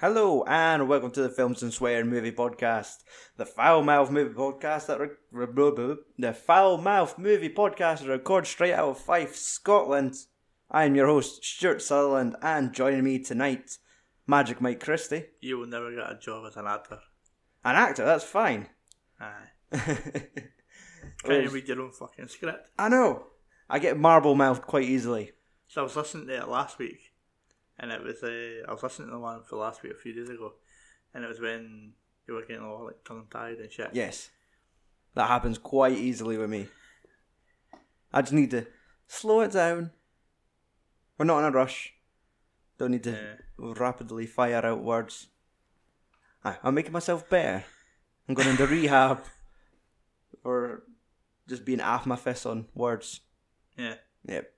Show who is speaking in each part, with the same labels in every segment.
Speaker 1: Hello and welcome to the Films and Swear Movie Podcast, the foul mouth movie podcast that re- re- blah, blah, blah, the foul mouth movie podcast that records straight out of Fife, Scotland. I am your host Stuart Sutherland, and joining me tonight, Magic Mike Christie,
Speaker 2: You will never get a job as an actor.
Speaker 1: an actor. That's fine.
Speaker 2: Aye. Can you
Speaker 1: Whereas-
Speaker 2: read your own fucking script?
Speaker 1: I know. I get marble mouthed quite easily.
Speaker 2: So I was listening to it last week, and it was uh, I was listening to the one for last week a few days ago, and it was when you were getting all like tongue tied and shit.
Speaker 1: Yes, that happens quite easily with me. I just need to slow it down. We're not in a rush. Don't need to
Speaker 2: Yeah.
Speaker 1: rapidly fire out words. Aye, I'm making myself better. I'm going into rehab for just being half my fist on words.
Speaker 2: Yeah.
Speaker 1: Yep.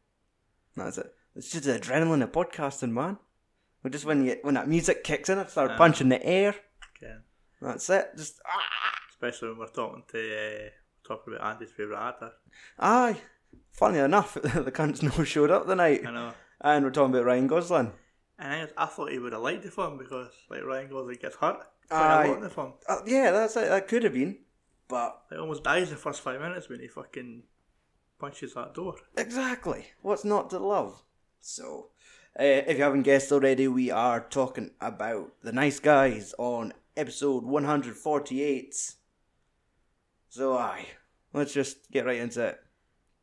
Speaker 1: That's it. It's just the adrenaline of podcasting, man. Well, just when you, when that music kicks in, I start
Speaker 2: Aye.
Speaker 1: punching the air.
Speaker 2: Okay.
Speaker 1: That's it. Just ah,
Speaker 2: Especially when we're talking to uh, talking about Andy's favourite actor.
Speaker 1: aye. Funny enough, the cunts no showed up the night,
Speaker 2: I know.
Speaker 1: and we're talking about Ryan Gosling.
Speaker 2: And I, I thought he would have liked the film because like Ryan Gosling gets hurt quite
Speaker 1: Aye.
Speaker 2: a lot in the film.
Speaker 1: Uh, yeah, that's it. That could have been, but
Speaker 2: Like almost dies the first five minutes when he fucking punches that door.
Speaker 1: Exactly. What's not to love? So, uh, if you haven't guessed already, we are talking about The Nice Guys on episode 148. So, aye. Let's just get right into it.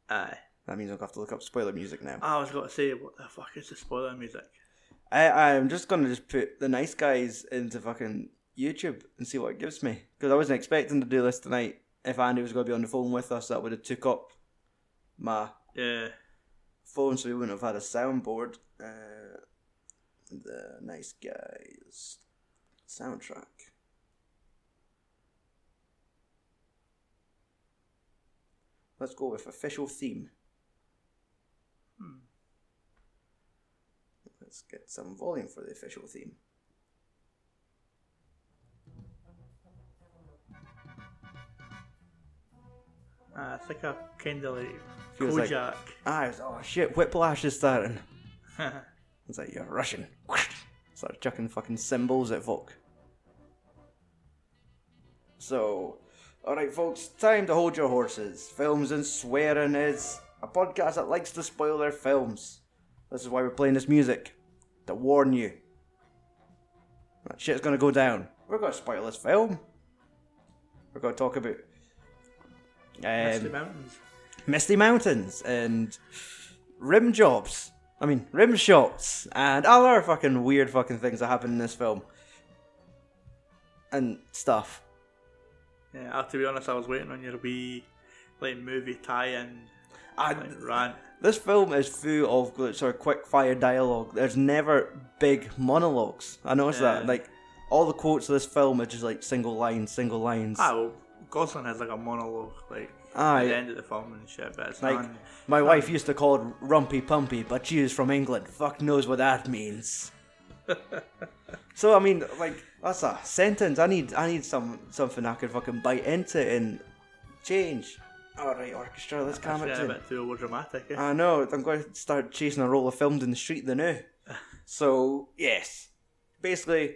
Speaker 2: Aye.
Speaker 1: That means I'll have to look up spoiler music now.
Speaker 2: I was gonna say, what the fuck is the spoiler music?
Speaker 1: I, I'm just going to just put The Nice Guys into fucking YouTube and see what it gives me. Because I wasn't expecting to do this tonight. If Andy was going to be on the phone with us, that would have took up my
Speaker 2: Yeah.
Speaker 1: phone, so we wouldn't have had a soundboard. Uh, the nice guys soundtrack. Let's go with official theme.
Speaker 2: Hmm.
Speaker 1: Let's get some volume for the official theme.
Speaker 2: Uh, it's like a kind of like
Speaker 1: Feels like-
Speaker 2: Kojak.
Speaker 1: Ah, it's- oh shit! Whiplash is starting.
Speaker 2: Aye.
Speaker 1: It's like you're Russian. Start chucking fucking symbols at folk. So, alright, folks, time to hold your horses. Films and Swearing is a podcast that likes to spoil their films. This is why we're playing this music. To warn you. That shit's gonna go down. We're gonna spoil this film. We're gonna talk about.
Speaker 2: Misty
Speaker 1: Um,
Speaker 2: Mountains.
Speaker 1: Misty Mountains and rim jobs. I mean, rim shots and other fucking weird fucking things that happen in this film. And stuff.
Speaker 2: Yeah, I, to be honest, I was waiting on your wee like movie tie-in
Speaker 1: And
Speaker 2: like, rant.
Speaker 1: this film is full of gl- sort of quick fire dialogue. There's never big monologues. I noticed that.
Speaker 2: Yeah.
Speaker 1: Like, all the quotes of this film are just like single lines, single lines.
Speaker 2: Ah, well, Gosling has like a monologue like
Speaker 1: Aye.
Speaker 2: at the end of the film and shit, but it's
Speaker 1: Like,
Speaker 2: not.
Speaker 1: my wife used to call it Rumpy Pumpy, but she is from England. Fuck knows what that means. so I mean, like that's a sentence. I need, I need some something I can fucking bite into and change. All right, orchestra, let's calm
Speaker 2: Actually,
Speaker 1: it Ah. down.
Speaker 2: a bit too overdramatic. Eh?
Speaker 1: I know. I'm going to start chasing a roll of films in the street. The new. So yes, basically,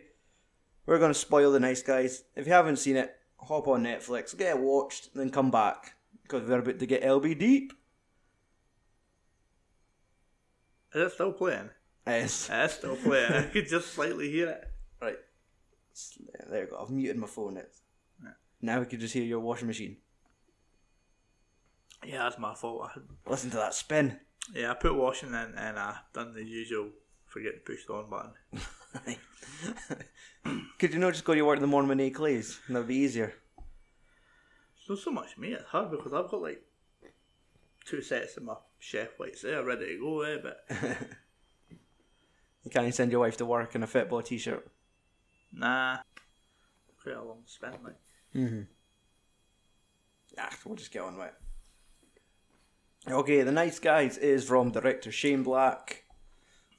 Speaker 1: we're going to spoil the nice guys. If you haven't seen it, hop on Netflix, get it watched, then come back because we're about to get LB deep.
Speaker 2: Is it still playing?
Speaker 1: Yes.
Speaker 2: It's still playing. I could just slightly hear it.
Speaker 1: Right. S- There we go. I've muted my phone now.
Speaker 2: Yeah.
Speaker 1: Now we can just hear your washing machine.
Speaker 2: Yeah, that's my fault. I,
Speaker 1: Listen to that spin.
Speaker 2: yeah, I put washing in and I done the usual forget to push the on button.
Speaker 1: Could you not just go to your work in the morning with Nate Clays? That would be easier.
Speaker 2: It's not so much me, it's her because I've got like two sets of my chef whites there ready to go, eh? But
Speaker 1: You can't send your wife to work in a football t shirt.
Speaker 2: nah, quite a long spin. Like,
Speaker 1: Ah, we'll just get on with it. Okay, The Nice Guys is from director Shane Black.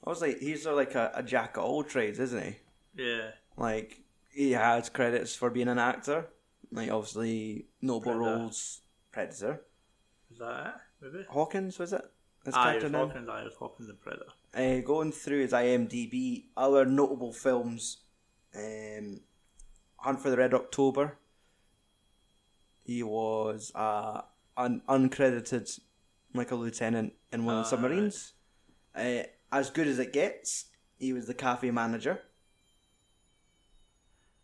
Speaker 1: I was like, he's sort of like a, a jack of all trades, isn't he?
Speaker 2: yeah,
Speaker 1: Like he has credits for being an actor, like obviously noble
Speaker 2: Predator.
Speaker 1: roles, Predator,
Speaker 2: is that it? Maybe.
Speaker 1: Hawkins was it? His
Speaker 2: Aye, I
Speaker 1: character
Speaker 2: was
Speaker 1: name?
Speaker 2: talking.
Speaker 1: Eh,
Speaker 2: I was talking the predator.
Speaker 1: Uh, going through his IMDb, other notable films um, Hunt for the Red October. He was uh, an uncredited like a lieutenant in one of the
Speaker 2: Ah,
Speaker 1: submarines. Uh, as good as it gets, he was the cafe manager.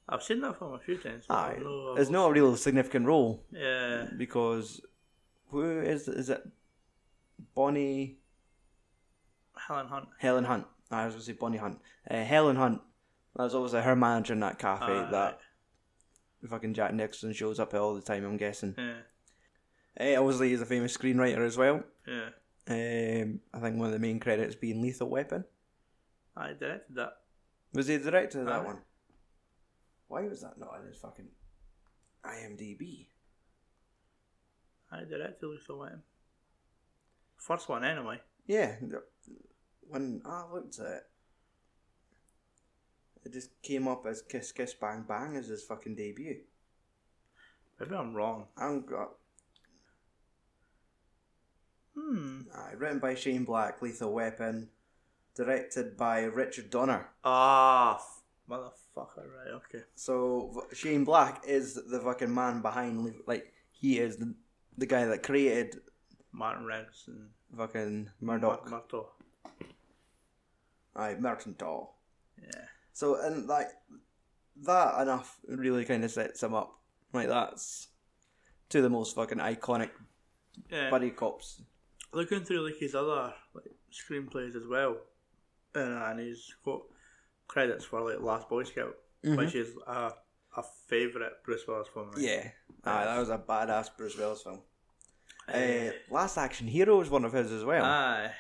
Speaker 2: I've seen that film a few times. but
Speaker 1: Aye,
Speaker 2: Oh, no,
Speaker 1: it's not a real significant role
Speaker 2: Yeah,
Speaker 1: because who is is it? Bonnie
Speaker 2: Helen Hunt.
Speaker 1: Helen Hunt. I was going to say Bonnie Hunt. Uh, Helen Hunt. That was obviously her manager in that cafe.
Speaker 2: Aye,
Speaker 1: that fucking Jack Nicholson shows up at all the time. I'm guessing.
Speaker 2: Yeah,
Speaker 1: Uh, obviously, he's a famous screenwriter as well.
Speaker 2: yeah.
Speaker 1: Um, I think one of the main credits being Lethal Weapon.
Speaker 2: I directed that.
Speaker 1: Was he the director of that
Speaker 2: Aye.
Speaker 1: one? Why was that not in his fucking IMDb?
Speaker 2: I directed Lethal Weapon. First one, anyway.
Speaker 1: Yeah, th- when I looked at it, it just came up as Kiss Kiss Bang Bang as his fucking debut.
Speaker 2: Maybe I'm wrong.
Speaker 1: I'm got
Speaker 2: Hmm.
Speaker 1: aye, Uh, written by Shane Black, Lethal Weapon, directed by Richard Donner.
Speaker 2: Ah, f- motherfucker. Right. Okay.
Speaker 1: So v- Shane Black is the fucking man behind, Le- like he is the, the guy that created
Speaker 2: Martin Riggs and
Speaker 1: fucking Murdoch.
Speaker 2: Mur- Murdoch.
Speaker 1: Aye, Mercantile.
Speaker 2: Yeah.
Speaker 1: So and like that enough really kind of sets him up. Like that's two of the most fucking iconic
Speaker 2: Yeah.
Speaker 1: buddy cops.
Speaker 2: looking through like his other like screenplays as well, and, and he's got credits for like Last Boy Scout, which is a a favourite Bruce Willis film. Right?
Speaker 1: Mm-hmm. Yeah, aye, that was a badass Bruce Willis film. Uh,
Speaker 2: Eh,
Speaker 1: Last Action Hero is one of his as well.
Speaker 2: aye.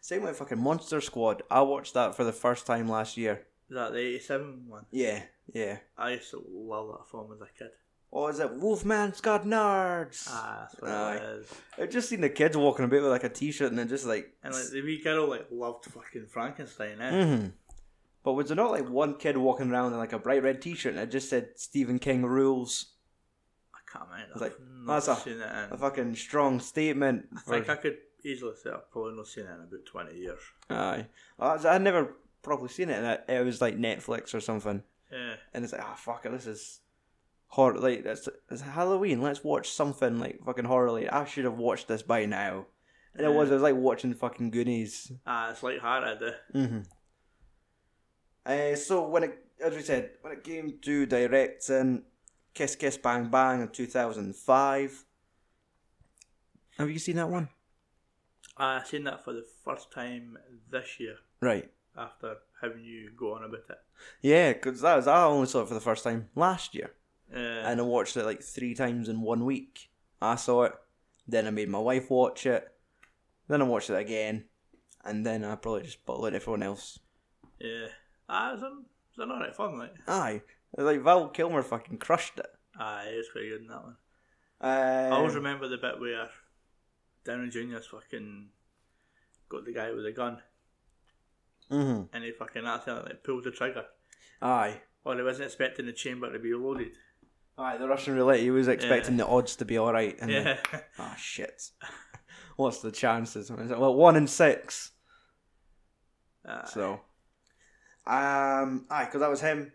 Speaker 1: Same with fucking Monster Squad. I watched that for the first time last year.
Speaker 2: Is that the '87 one?
Speaker 1: Yeah, yeah.
Speaker 2: I used to love that film as a kid.
Speaker 1: Or is it Wolfman's Got Nerds?
Speaker 2: Ah, that's what
Speaker 1: Aye.
Speaker 2: it is.
Speaker 1: I've just seen the kids walking about with like a t-shirt and then just like.
Speaker 2: And like the wee girl like loved fucking Frankenstein. Eh?
Speaker 1: hmm But was there not like one kid walking around in like a bright red t-shirt and it just said Stephen King rules?
Speaker 2: I can't remember.
Speaker 1: It's like,
Speaker 2: I've not
Speaker 1: that's a-
Speaker 2: seen it. In,
Speaker 1: A fucking strong statement.
Speaker 2: I think I could easily say I've probably not seen it in about twenty years.
Speaker 1: Aye. I, I never properly seen it. And it, it was like Netflix or something.
Speaker 2: Yeah.
Speaker 1: And it's like, ah, fuck it, this is horror. Like, it's, it's Halloween. Let's watch something like fucking horror. Like, I should have watched this by now. And it was, it was like watching fucking Goonies.
Speaker 2: Ah, it's like hard I do.
Speaker 1: Mm-hmm. Uh, so when it, as we said, when it came to directing Kiss Kiss Bang Bang in 2005, have you seen that one?
Speaker 2: I seen that for the first time this year.
Speaker 1: Right.
Speaker 2: after having you go on about it.
Speaker 1: Yeah, because that was I only saw it for the first time last year,
Speaker 2: Uh,
Speaker 1: and I watched it like three times in one week. I saw it, then I made my wife watch it, then I watched it again, and then I probably just bottled it everyone else.
Speaker 2: yeah, ah, it's an, it's an alright film, like.
Speaker 1: Aye, like Val Kilmer fucking crushed it.
Speaker 2: Ah, it was pretty good in that one.
Speaker 1: Um,
Speaker 2: I always remember the bit where Downey Jr.'s fucking got the guy with the gun,
Speaker 1: hmm
Speaker 2: and he fucking accidentally pulled the trigger,
Speaker 1: Aye.
Speaker 2: or he wasn't expecting the chamber to be loaded.
Speaker 1: Aye, the Russian roulette. He was expecting the odds to be all right, and then,
Speaker 2: Yeah,
Speaker 1: ah shit, what's the chances? And it's like, Well, one in six.
Speaker 2: Ah,
Speaker 1: So, um, aye, because that was him,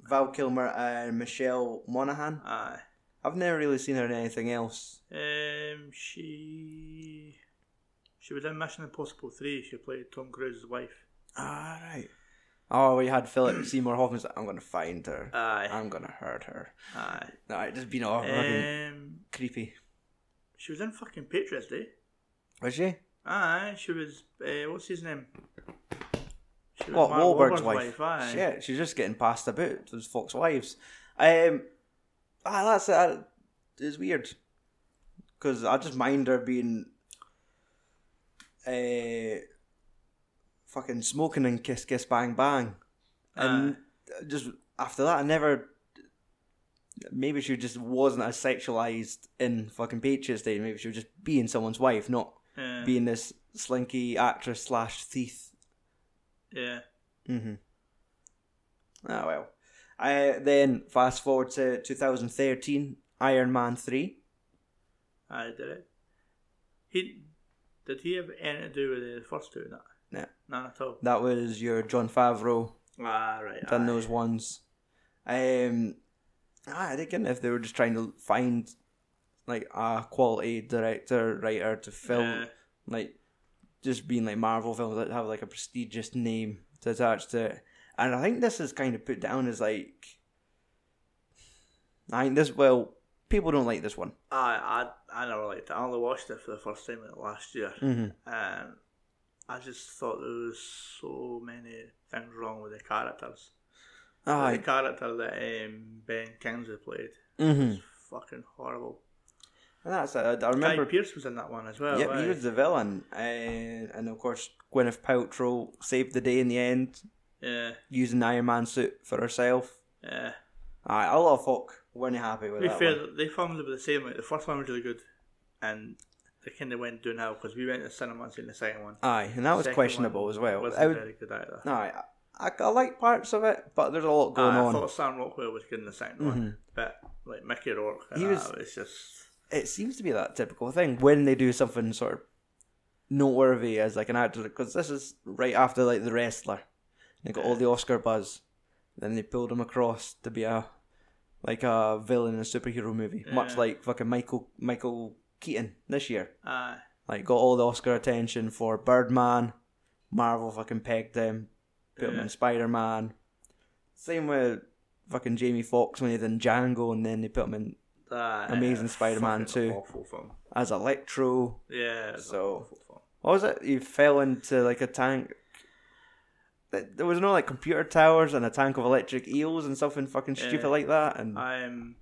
Speaker 1: Val Kilmer and Michelle Monaghan.
Speaker 2: aye.
Speaker 1: I've never really seen her in anything else.
Speaker 2: Um, she she was in Mission Impossible Three. She played Tom Cruise's wife.
Speaker 1: Ah, right. Oh, we had Philip Seymour Hoffman's. I'm gonna find her.
Speaker 2: Aye,
Speaker 1: I'm gonna hurt her.
Speaker 2: aye.
Speaker 1: No, it just been all fucking
Speaker 2: Um,
Speaker 1: creepy.
Speaker 2: she was in fucking Patriots Day.
Speaker 1: Was she?
Speaker 2: Aye, she was. Uh, what's his name? She was
Speaker 1: What
Speaker 2: Mark
Speaker 1: Wahlberg's
Speaker 2: Wahlberg's
Speaker 1: wife?
Speaker 2: aye.
Speaker 1: Shit, she's just getting passed about. Those folks' wives. Um, ah, that's uh, it's weird because I just mind her being, uh, fucking smoking and kiss kiss bang bang, and just after that I never. Maybe she just wasn't as sexualized in fucking Patriots Day. Maybe she was just being someone's wife, not
Speaker 2: Yeah,
Speaker 1: being this slinky actress slash thief
Speaker 2: yeah.
Speaker 1: Mm-hmm. Ah, well. Uh, then, fast forward to 2013, Iron Man 3.
Speaker 2: Aye, did it. He did he have anything to do with the first two? That
Speaker 1: No.
Speaker 2: none at all.
Speaker 1: That was your John Favreau
Speaker 2: Ah, right.
Speaker 1: than
Speaker 2: aye.
Speaker 1: those ones. Um, ah, I reckon if they were just trying to find like a quality director writer to film,
Speaker 2: Yeah.
Speaker 1: like just being like Marvel films that have like a prestigious name to attach to it, and I think this is kind of put down as like, I think this well people don't like this one.
Speaker 2: I, I I never liked it. I only watched it for the first time like, last year,
Speaker 1: Mm-hmm.
Speaker 2: and I just thought there was so many things wrong with the characters. The
Speaker 1: Aye.
Speaker 2: character that um, Ben Kingsley played
Speaker 1: Mm-hmm.
Speaker 2: was fucking horrible.
Speaker 1: That's it. I
Speaker 2: Guy
Speaker 1: remember.
Speaker 2: Pearce was in that one as well.
Speaker 1: Yep, he
Speaker 2: aye.
Speaker 1: was the villain, uh, and of course Gwyneth Paltrow saved the day in the end.
Speaker 2: Yeah,
Speaker 1: using the Iron Man suit for herself.
Speaker 2: yeah.
Speaker 1: Aye, a lot of folk weren't happy with
Speaker 2: To be
Speaker 1: that.
Speaker 2: fair,
Speaker 1: one.
Speaker 2: they filmed it the same. Like, the first one was really good, and they kind of went downhill because we went to the cinema and seen the second one.
Speaker 1: Aye, and that was
Speaker 2: Second
Speaker 1: questionable
Speaker 2: one
Speaker 1: as well.
Speaker 2: wasn't
Speaker 1: I would,
Speaker 2: very good either.
Speaker 1: aye, I, I like parts of it, but there's a lot going
Speaker 2: Aye, I
Speaker 1: on. Mm-hmm.
Speaker 2: thought Sam Rockwell was good in the 2nd one, but like Mickey Rourke, and
Speaker 1: He
Speaker 2: he
Speaker 1: was-
Speaker 2: was, it's just
Speaker 1: It seems to be that typical thing when they do something sort of noteworthy as like an actor, because this is right after like the wrestler. They got all the Oscar buzz, then they pulled him across to be a like a villain in a superhero movie, much
Speaker 2: Yeah.
Speaker 1: like fucking Michael Michael Keaton this year.
Speaker 2: aye,
Speaker 1: Like got all the Oscar attention for Birdman. Marvel fucking pegged him, put him
Speaker 2: Yeah.
Speaker 1: in Spider Man. Same with fucking Jamie Foxx when he did Django, and then they put him in
Speaker 2: aye,
Speaker 1: Amazing
Speaker 2: it's
Speaker 1: Spider-Man
Speaker 2: fucking
Speaker 1: 2.
Speaker 2: Awful film.
Speaker 1: as Electro.
Speaker 2: Yeah, it's an
Speaker 1: So-
Speaker 2: awful film.
Speaker 1: What was it? He fell into like a tank. Th- There was no like computer towers and a tank of electric eels and something fucking stupid
Speaker 2: Yeah.
Speaker 1: like that. And
Speaker 2: I'm,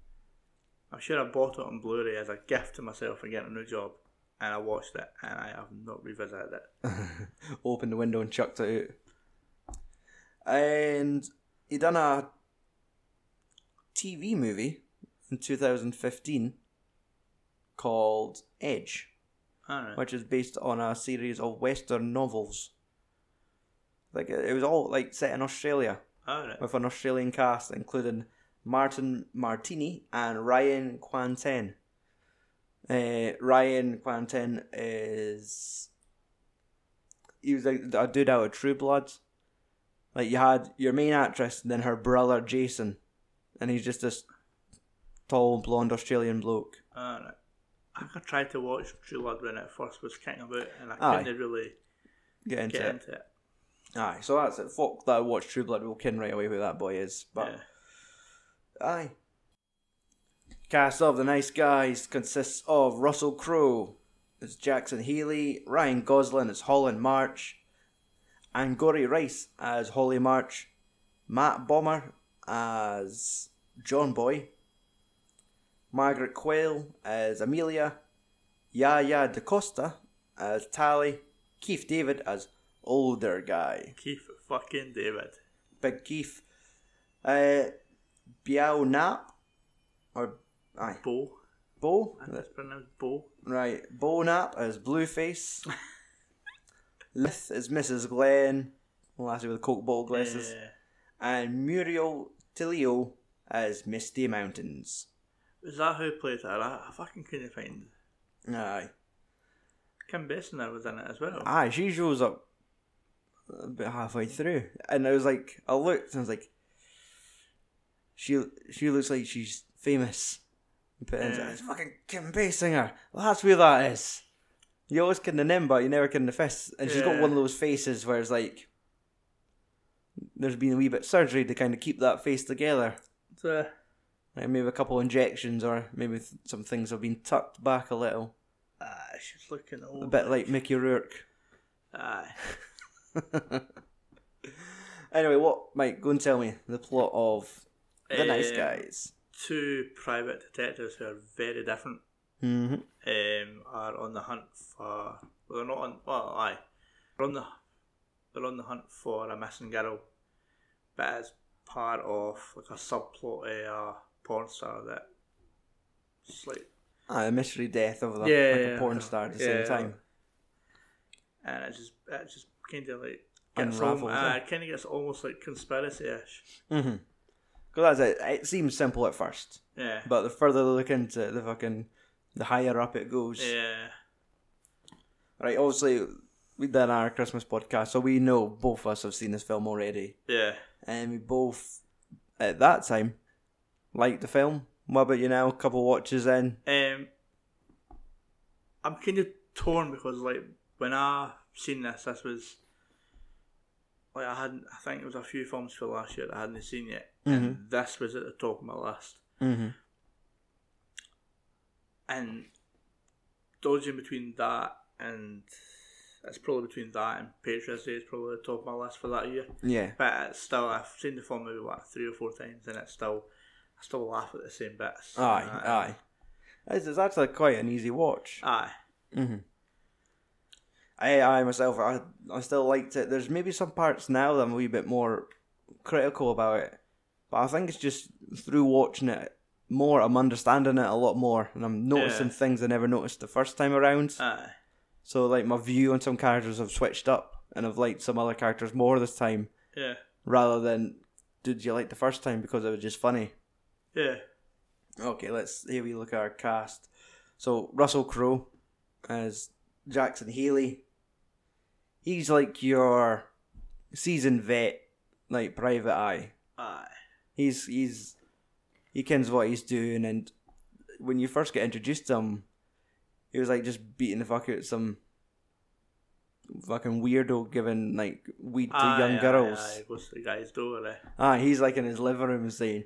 Speaker 2: I'm sure I bought it on Blu-ray as a gift to myself for getting a new job, and I watched it, and I have not revisited it.
Speaker 1: opened the window and chucked it out. And he done a TV movie in 2015 called Edge,
Speaker 2: All right,
Speaker 1: which is based on a series of Western novels. Like it it was all like set in Australia
Speaker 2: all right.
Speaker 1: with an Australian cast including Martin Martini and Ryan Quanten. Uh, Ryan Quanten is he was a, a dude out of True Blood. Like you had your main actress, and then her brother Jason, and he's just this tall blonde Australian bloke.
Speaker 2: Alright. I could try to watch True Blood when it first was kicking about, and I
Speaker 1: Aye.
Speaker 2: couldn't really
Speaker 1: Get into
Speaker 2: get
Speaker 1: it.
Speaker 2: into it.
Speaker 1: Aye, so that's it. Folk that watch True Blood will ken right away who that boy is. But
Speaker 2: Yeah.
Speaker 1: Aye. Cast of the Nice Guys consists of Russell Crowe as Jackson Healy, Ryan Gosling as Holland March, Angori Rice as Holly March, Matt Bomber as John Boy, Margaret Quayle as Amelia, Yaya DaCosta as Tally, Keith David as Older Guy.
Speaker 2: Keith fucking David.
Speaker 1: Big Keith. Uh, Biao Nap. Or, aye,
Speaker 2: Bo.
Speaker 1: Bo.
Speaker 2: I think it's pronounced Bo.
Speaker 1: Right, Bo Nap is Blueface. Lith is Mrs. Glenn. Well, that's with the Coke bottle glasses.
Speaker 2: Yeah.
Speaker 1: And Muriel Tilio as Misty Mountains.
Speaker 2: Is that who played that? I, I fucking couldn't find.
Speaker 1: Aye.
Speaker 2: Kim Basinger was in it as well.
Speaker 1: Aye, she shows up about halfway through. And I was like, I looked and I was like, she she looks like she's famous. But it's-
Speaker 2: Yeah.
Speaker 1: it's fucking Kim Basinger. Well, that's where that is. You always can the name, but you never can the fist. And she's got
Speaker 2: Yeah.
Speaker 1: one of those faces where it's like, there's been a wee bit of surgery to kind of keep that face together.
Speaker 2: So,
Speaker 1: Like maybe a couple injections or maybe th- some things have been tucked back a little.
Speaker 2: ah, she's looking old.
Speaker 1: A bit like Mickey Rourke.
Speaker 2: Aye.
Speaker 1: Anyway, what Mike? Go and tell me the plot of the Nice
Speaker 2: Um,
Speaker 1: Guys.
Speaker 2: Two private detectives who are very different
Speaker 1: hmm
Speaker 2: um, are on the hunt for. Well, they're not on. Well, aye, they're on the they're on the hunt for a missing girl, but as part of like a subplot of a porn star that. It's like,
Speaker 1: Ah, the mystery death of the,
Speaker 2: Yeah,
Speaker 1: like a
Speaker 2: yeah,
Speaker 1: porn
Speaker 2: yeah.
Speaker 1: star at the
Speaker 2: Yeah.
Speaker 1: same time.
Speaker 2: and it just it just kind of like gets
Speaker 1: Unravels,
Speaker 2: al-
Speaker 1: eh?
Speaker 2: uh, kind of gets almost like conspiracy ish.
Speaker 1: Mm-hmm. Because that's it. It seems simple at first,
Speaker 2: Yeah.
Speaker 1: but the further they look into it, the fucking the higher up it goes.
Speaker 2: yeah.
Speaker 1: Right. Obviously, we did our Christmas podcast, so we know both of us have seen this film already,
Speaker 2: Yeah.
Speaker 1: and we both at that time liked the film. What about you now? A couple watches in.
Speaker 2: Um, I'm kind of torn because like when I seen this, this was like I hadn't. I think it was a few films for last year that I hadn't seen yet, and this was at the top of my list.
Speaker 1: Mm-hmm.
Speaker 2: And dodging between that and it's probably between that and Patriots Day is probably the top of my list for that year.
Speaker 1: Yeah.
Speaker 2: But it's still, I've seen the film maybe what three or four times, and it's still, I still laugh at the same bits.
Speaker 1: Aye,
Speaker 2: Uh,
Speaker 1: aye. It's, it's actually quite an easy watch.
Speaker 2: aye.
Speaker 1: Mm-hmm. I, I myself, I, I still liked it. There's maybe some parts now that I'm a wee bit more critical about it, but I think it's just through watching it more, I'm understanding it a lot more, and I'm noticing
Speaker 2: Yeah.
Speaker 1: things I never noticed the first time around.
Speaker 2: Aye.
Speaker 1: so like my view on some characters have switched up, and I've liked some other characters more this time,
Speaker 2: Yeah.
Speaker 1: rather than did you like the first time because it was just funny.
Speaker 2: Yeah.
Speaker 1: Okay, let's here we look at our cast. So Russell Crowe as Jackson Healy. He's like your seasoned vet, like private eye.
Speaker 2: Aye.
Speaker 1: He's he's he kens what he's doing and when you first get introduced to him, he was like just beating the fuck out some fucking weirdo giving like weed to
Speaker 2: aye,
Speaker 1: young
Speaker 2: aye,
Speaker 1: girls.
Speaker 2: Aye, goes to the guy's door. Eh?
Speaker 1: Ah, he's like in his living room saying,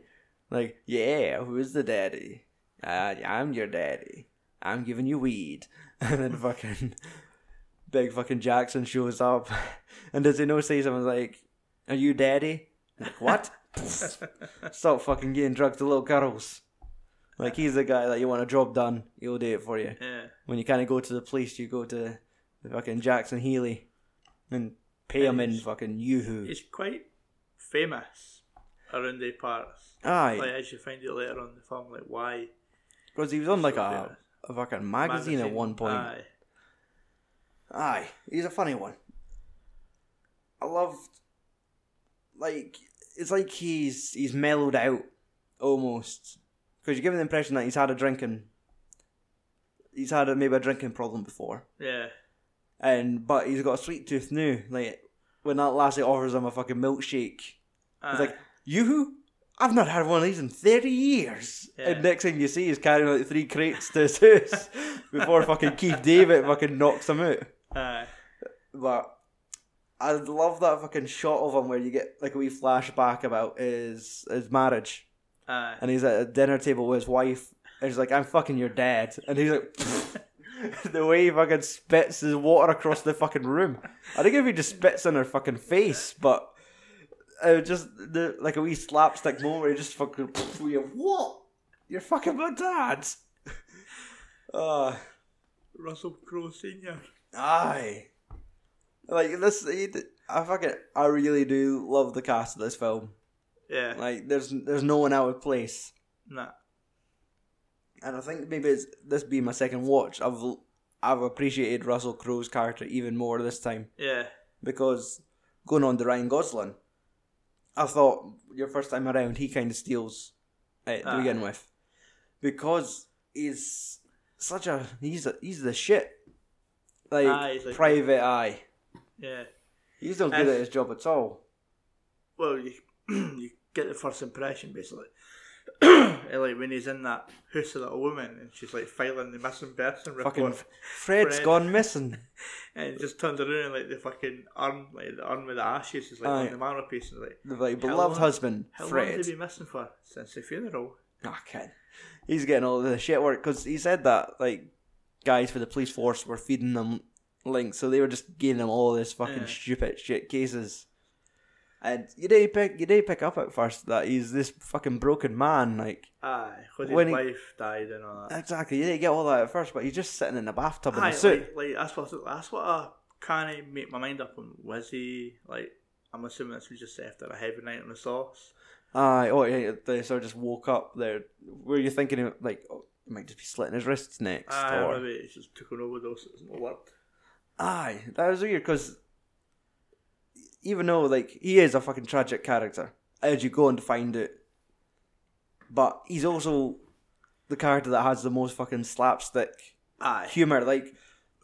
Speaker 1: like, yeah, who's the daddy? Uh, I'm your daddy. I'm giving you weed. And then fucking big fucking Jackson shows up. And does he know say something like, are you daddy? Like, what? Stop fucking getting drugs to little girls. Like, he's the guy that you want a job done. He'll do it for you.
Speaker 2: Yeah.
Speaker 1: When you kind of go to the police, you go to the fucking Jackson Healy and pay him in fucking yoo-hoo.
Speaker 2: He's quite famous around the parts.
Speaker 1: Aye.
Speaker 2: Like as you find it later on in the film, like why
Speaker 1: Because he was on like
Speaker 2: So uh,
Speaker 1: a, a fucking magazine, at one point. Aye.
Speaker 2: Aye.
Speaker 1: he's a funny one. I loved, like, it's like he's he's mellowed out almost because you give him the impression that he's had a drinking, he's had a, maybe a drinking problem before,
Speaker 2: Yeah.
Speaker 1: and but he's got a sweet tooth now. Like when that lassie offers him a fucking milkshake,
Speaker 2: Aye.
Speaker 1: he's like, "You, I've not had one of these in thirty years."
Speaker 2: Yeah.
Speaker 1: And next thing you see, he's carrying like three crates to his house before fucking Keith David fucking knocks him out.
Speaker 2: Aye.
Speaker 1: But I love that fucking shot of him where you get like a wee flashback about his his marriage,
Speaker 2: Aye.
Speaker 1: and he's at a dinner table with his wife, and he's like, "I'm fucking your dad," and he's like. The way he fucking spits his water across the fucking room. I think if he just spits in her fucking face, but it was just the, like a wee slapstick moment where he just fucking you what? You're fucking my dad. Ah,
Speaker 2: Russell Crowe Senior.
Speaker 1: aye. Like this, he d- I fucking I really do love the cast of this film.
Speaker 2: Yeah.
Speaker 1: Like there's there's no one out of place.
Speaker 2: nah.
Speaker 1: and I think maybe it's this being my second watch, I've I've appreciated Russell Crowe's character even more this time
Speaker 2: Yeah.
Speaker 1: because going on to Ryan Gosling, I thought your first time around he kind of steals it to
Speaker 2: Ah.
Speaker 1: begin with because he's such a he's a, he's the shit like,
Speaker 2: Aye, Ah, he's like-
Speaker 1: private eye.
Speaker 2: Yeah.
Speaker 1: He's not good
Speaker 2: As-
Speaker 1: at his job at all.
Speaker 2: Well, you you get the first impression basically. And, like when he's in that house of that woman and she's like filing the missing person report.
Speaker 1: Fucking Fred's
Speaker 2: Fred.
Speaker 1: gone missing.
Speaker 2: And it just turns around and like the fucking urn, like the urn with the ashes is like
Speaker 1: Aye.
Speaker 2: on the mantelpiece and like
Speaker 1: The like,
Speaker 2: How
Speaker 1: beloved
Speaker 2: long-
Speaker 1: husband,
Speaker 2: how
Speaker 1: Fred.
Speaker 2: long did he be missing for? Since the funeral.
Speaker 1: Ah, Ken. He's getting all the shit work because he said that like guys for the police force were feeding them links, so they were just giving them all this fucking
Speaker 2: Yeah.
Speaker 1: stupid shit cases. And you didn't pick you didn't pick up at first that he's this fucking broken man. Like
Speaker 2: Aye, because his
Speaker 1: When he-
Speaker 2: wife died and all that.
Speaker 1: exactly, you didn't get all that at first, but he's just sitting in a bathtub in
Speaker 2: Aye,
Speaker 1: a suit.
Speaker 2: like, like that's what that's what I can't make my mind up on. Was he like? I'm assuming this was just after a heavy night on the sauce.
Speaker 1: Aye, oh yeah, they sort of just woke up there. Were you thinking of, like oh, he might just be slitting his wrists next?
Speaker 2: Aye,
Speaker 1: or-
Speaker 2: or maybe it just took an overdose. It's not worked.
Speaker 1: Aye, that was weird because even though like he is a fucking tragic character, as you go on to find out, but he's also the character that has the most fucking slapstick
Speaker 2: Aye,
Speaker 1: humor. Like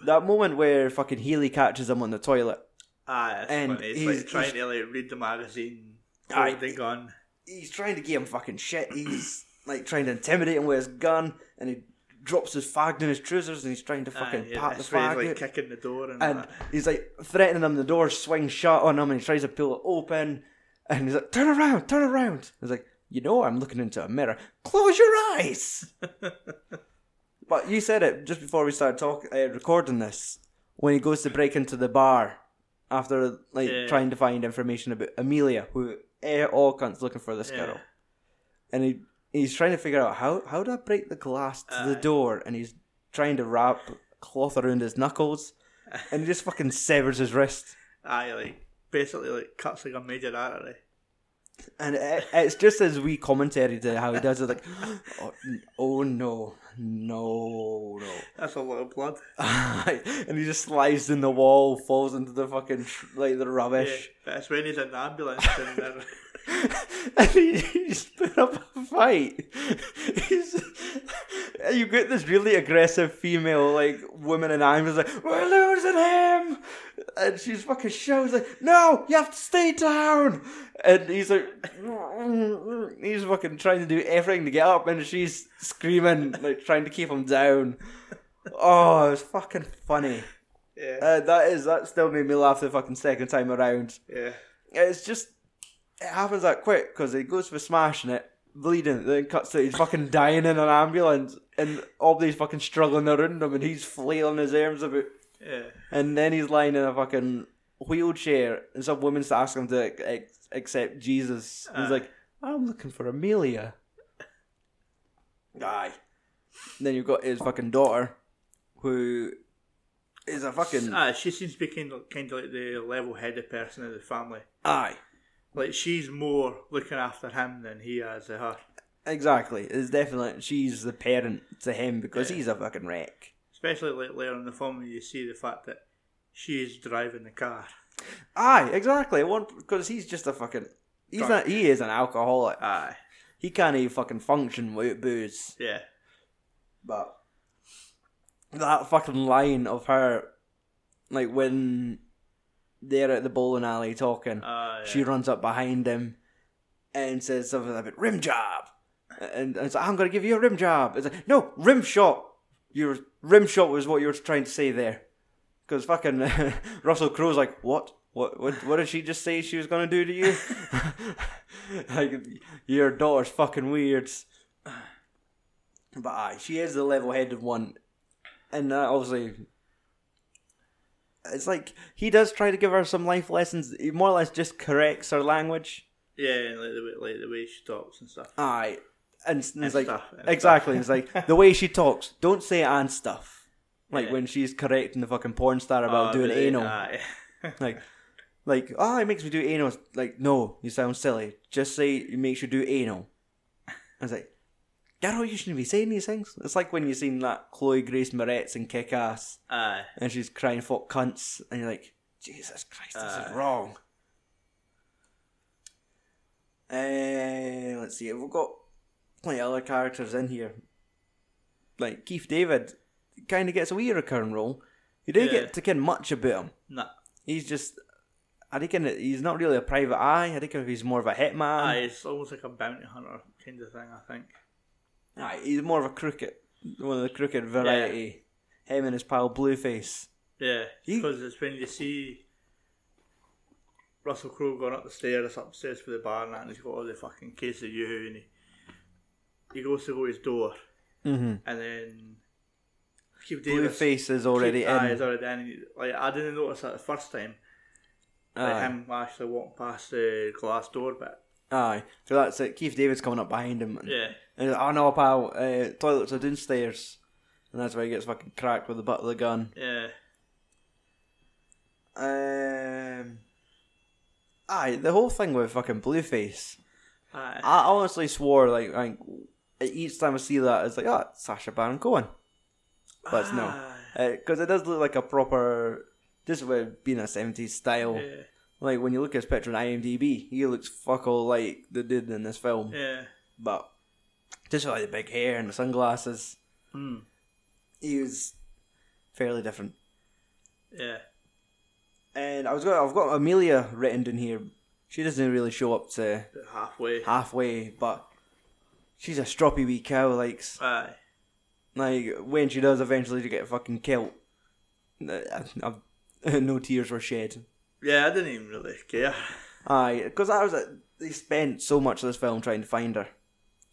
Speaker 1: that moment where fucking Healy catches him on the toilet.
Speaker 2: Aye, it's
Speaker 1: And
Speaker 2: funny. It's
Speaker 1: he's-
Speaker 2: like trying to like read the magazine,
Speaker 1: Aye.
Speaker 2: hold the gun.
Speaker 1: He's trying to give him fucking shit. He's like trying to intimidate him with his gun, and he drops his fag in his trousers, and he's trying to fucking
Speaker 2: Aye, yeah,
Speaker 1: pat the
Speaker 2: that's where
Speaker 1: fag.
Speaker 2: he's
Speaker 1: out.
Speaker 2: like kicking the door and,
Speaker 1: and
Speaker 2: that.
Speaker 1: he's like threatening him. The door swings shut on him, and he tries to pull it open. And he's like, "Turn around, turn around." He's like, "You know, I'm looking into a mirror. Close your eyes." but you said it just before we started talking, uh, recording this. When he goes to break into the bar after like
Speaker 2: Yeah.
Speaker 1: trying to find information about Amelia, who eh, all cunts looking for this
Speaker 2: Yeah.
Speaker 1: girl, and he he's trying to figure out how how do I break the glass to the
Speaker 2: Aye.
Speaker 1: door, and he's trying to wrap cloth around his knuckles, and he just fucking severs his wrist.
Speaker 2: Aye, like basically like cuts like a major artery.
Speaker 1: And it, it's just his wee commentary to how he does it, like, oh, n- oh no, no, no.
Speaker 2: That's a lot of blood.
Speaker 1: and he just slides in the wall, falls into the fucking, tr- like, the
Speaker 2: Yeah,
Speaker 1: rubbish.
Speaker 2: but it's when he's in the ambulance and then
Speaker 1: and he, he just put up a fight. He's, you get this really aggressive female like woman in arms like we're losing him, and she's fucking shouts like no, you have to stay down, and he's like he's fucking trying to do everything to get up, and she's screaming like trying to keep him down. Oh, it was fucking funny.
Speaker 2: yeah,
Speaker 1: Uh, that is that still made me laugh the fucking second time around
Speaker 2: yeah.
Speaker 1: it's just it happens that quick because he goes for smashing it, bleeding, then cuts to he's fucking dying in an ambulance, and Aubrey's fucking struggling around him, and he's flailing his arms about,
Speaker 2: Yeah,
Speaker 1: and then he's lying in a fucking wheelchair, and some woman's asking him to ex- accept Jesus. And he's
Speaker 2: Aye.
Speaker 1: like, Uh, "I'm looking for Amelia." Aye. Then you've got his fucking daughter, who is a fucking
Speaker 2: ah, she seems to be kind of, kind of like the level-headed person in the family.
Speaker 1: aye.
Speaker 2: Like she's more looking after him than he has to her.
Speaker 1: Exactly. It's definitely she's the parent to him because
Speaker 2: Yeah.
Speaker 1: he's a fucking wreck.
Speaker 2: Especially like later in the film, you see the fact that she's driving the car.
Speaker 1: Aye, exactly. One because he's just a fucking. He's
Speaker 2: Drunk.
Speaker 1: not. He is an alcoholic.
Speaker 2: Aye,
Speaker 1: He can't even fucking function without booze.
Speaker 2: yeah,
Speaker 1: But that fucking line of her, like when they're at the bowling alley talking,
Speaker 2: aye.
Speaker 1: she runs up behind him and says something about rim job, and, and it's like I'm gonna give you a rim job. It's like no rim shot. Your rim shot was what you were trying to say there, because fucking Russell Crowe's like what? What, what what did she just say she was gonna do to you? like your daughter's fucking weird. But aye, she is the level-headed one, and that obviously it's like he does try to give her some life lessons. He more or less just corrects her language.
Speaker 2: yeah, and like the way, like the way she talks and stuff.
Speaker 1: Aye, and, s- and it's like
Speaker 2: stuff, and
Speaker 1: exactly. it's like the way she talks. Don't say and stuff. Like
Speaker 2: Yeah.
Speaker 1: when she's correcting the fucking porn star about
Speaker 2: Ah,
Speaker 1: doing
Speaker 2: but,
Speaker 1: anal.
Speaker 2: Aye.
Speaker 1: Like, like ah, it makes me do anal. It's Like no, you sound silly. Just say it makes you do anal. I was like, girl, you shouldn't be saying these things. It's like when you seen that Chloe Grace Moretz in Kick Ass,
Speaker 2: aye,
Speaker 1: and she's crying fuck cunts, and you're like, Jesus Christ, this is
Speaker 2: Aye.
Speaker 1: wrong. Uh, let's see, we've got plenty of other characters in here. Like Keith David, kind of gets a wee recurring role. You don't
Speaker 2: Yeah.
Speaker 1: get to ken much about him.
Speaker 2: nah.
Speaker 1: He's just, I reckon that he's not really a private eye. I reckon he's more of a hitman.
Speaker 2: Aye, it's almost like a bounty hunter kind of thing. I think.
Speaker 1: Aye, he's more of a crooked, one of the crooked variety. Him and his pal Blueface.
Speaker 2: Yeah,
Speaker 1: He-
Speaker 2: because it's when you see Russell Crowe going up the stairs, upstairs for the bar, and that, and he's got all the fucking case of you, and he, he goes to go to his door,
Speaker 1: Mm-hmm.
Speaker 2: and then Keith Davis
Speaker 1: Blueface is already
Speaker 2: Keith,
Speaker 1: in.
Speaker 2: aye, he's already in. He- Like I didn't notice that the first time. Like
Speaker 1: Aye.
Speaker 2: him actually walking past the glass door, but
Speaker 1: Aye, so that's it. Keith David's coming up behind him. And,
Speaker 2: yeah,
Speaker 1: and he's like, oh no, pal, uh, toilets are downstairs. And that's why he gets fucking cracked with the butt of the gun.
Speaker 2: yeah,
Speaker 1: Um, aye, the whole thing with fucking Blueface.
Speaker 2: aye,
Speaker 1: I honestly swore, like, like each time I see that, it's like, oh, it's Sasha Baron Cohen. But it's no.
Speaker 2: Aye,
Speaker 1: Because it does look like a proper, just with being a 70s style.
Speaker 2: yeah,
Speaker 1: Like, when you look at his picture on IMDb, he looks fuck all like the dude in this film.
Speaker 2: yeah,
Speaker 1: but just like the big hair and the sunglasses,
Speaker 2: mm,
Speaker 1: he was fairly different.
Speaker 2: Yeah.
Speaker 1: And I was going. I've got Amelia written in here. She doesn't really show up to
Speaker 2: About halfway.
Speaker 1: halfway, but she's a stroppy wee cow. Likes
Speaker 2: Aye.
Speaker 1: like when she does eventually to get fucking killed. uh, I've, no tears were shed.
Speaker 2: Yeah, I didn't even really care.
Speaker 1: Aye, because I was. A, they spent so much of this film trying to find her,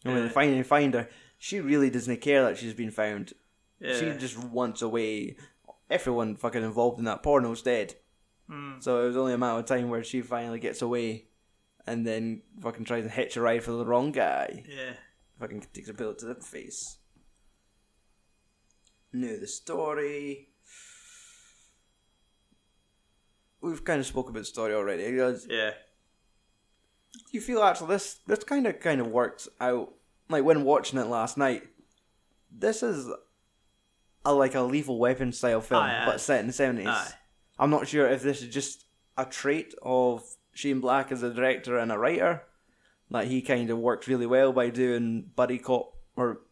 Speaker 1: and when they
Speaker 2: Yeah.
Speaker 1: finally find her, she really doesn't care that she's been found.
Speaker 2: Yeah.
Speaker 1: She just wants away. Everyone fucking involved in that porno's dead.
Speaker 2: Mm.
Speaker 1: So it was only a matter of time where she finally gets away and then fucking tries to hitch a ride for the wrong guy.
Speaker 2: Yeah.
Speaker 1: Fucking takes a bullet to the face. Knew the story. We've kind of spoke about the story already. It was-
Speaker 2: Yeah.
Speaker 1: Do you feel actually this this kind of kind of works out? Like when watching it last night, this is a like a lethal weapon style film,
Speaker 2: Aye, aye.
Speaker 1: but set in the seventies.
Speaker 2: Aye.
Speaker 1: I'm not sure if this is just a trait of Shane Black as a director and a writer. Like he kind of worked really well by doing buddy cop or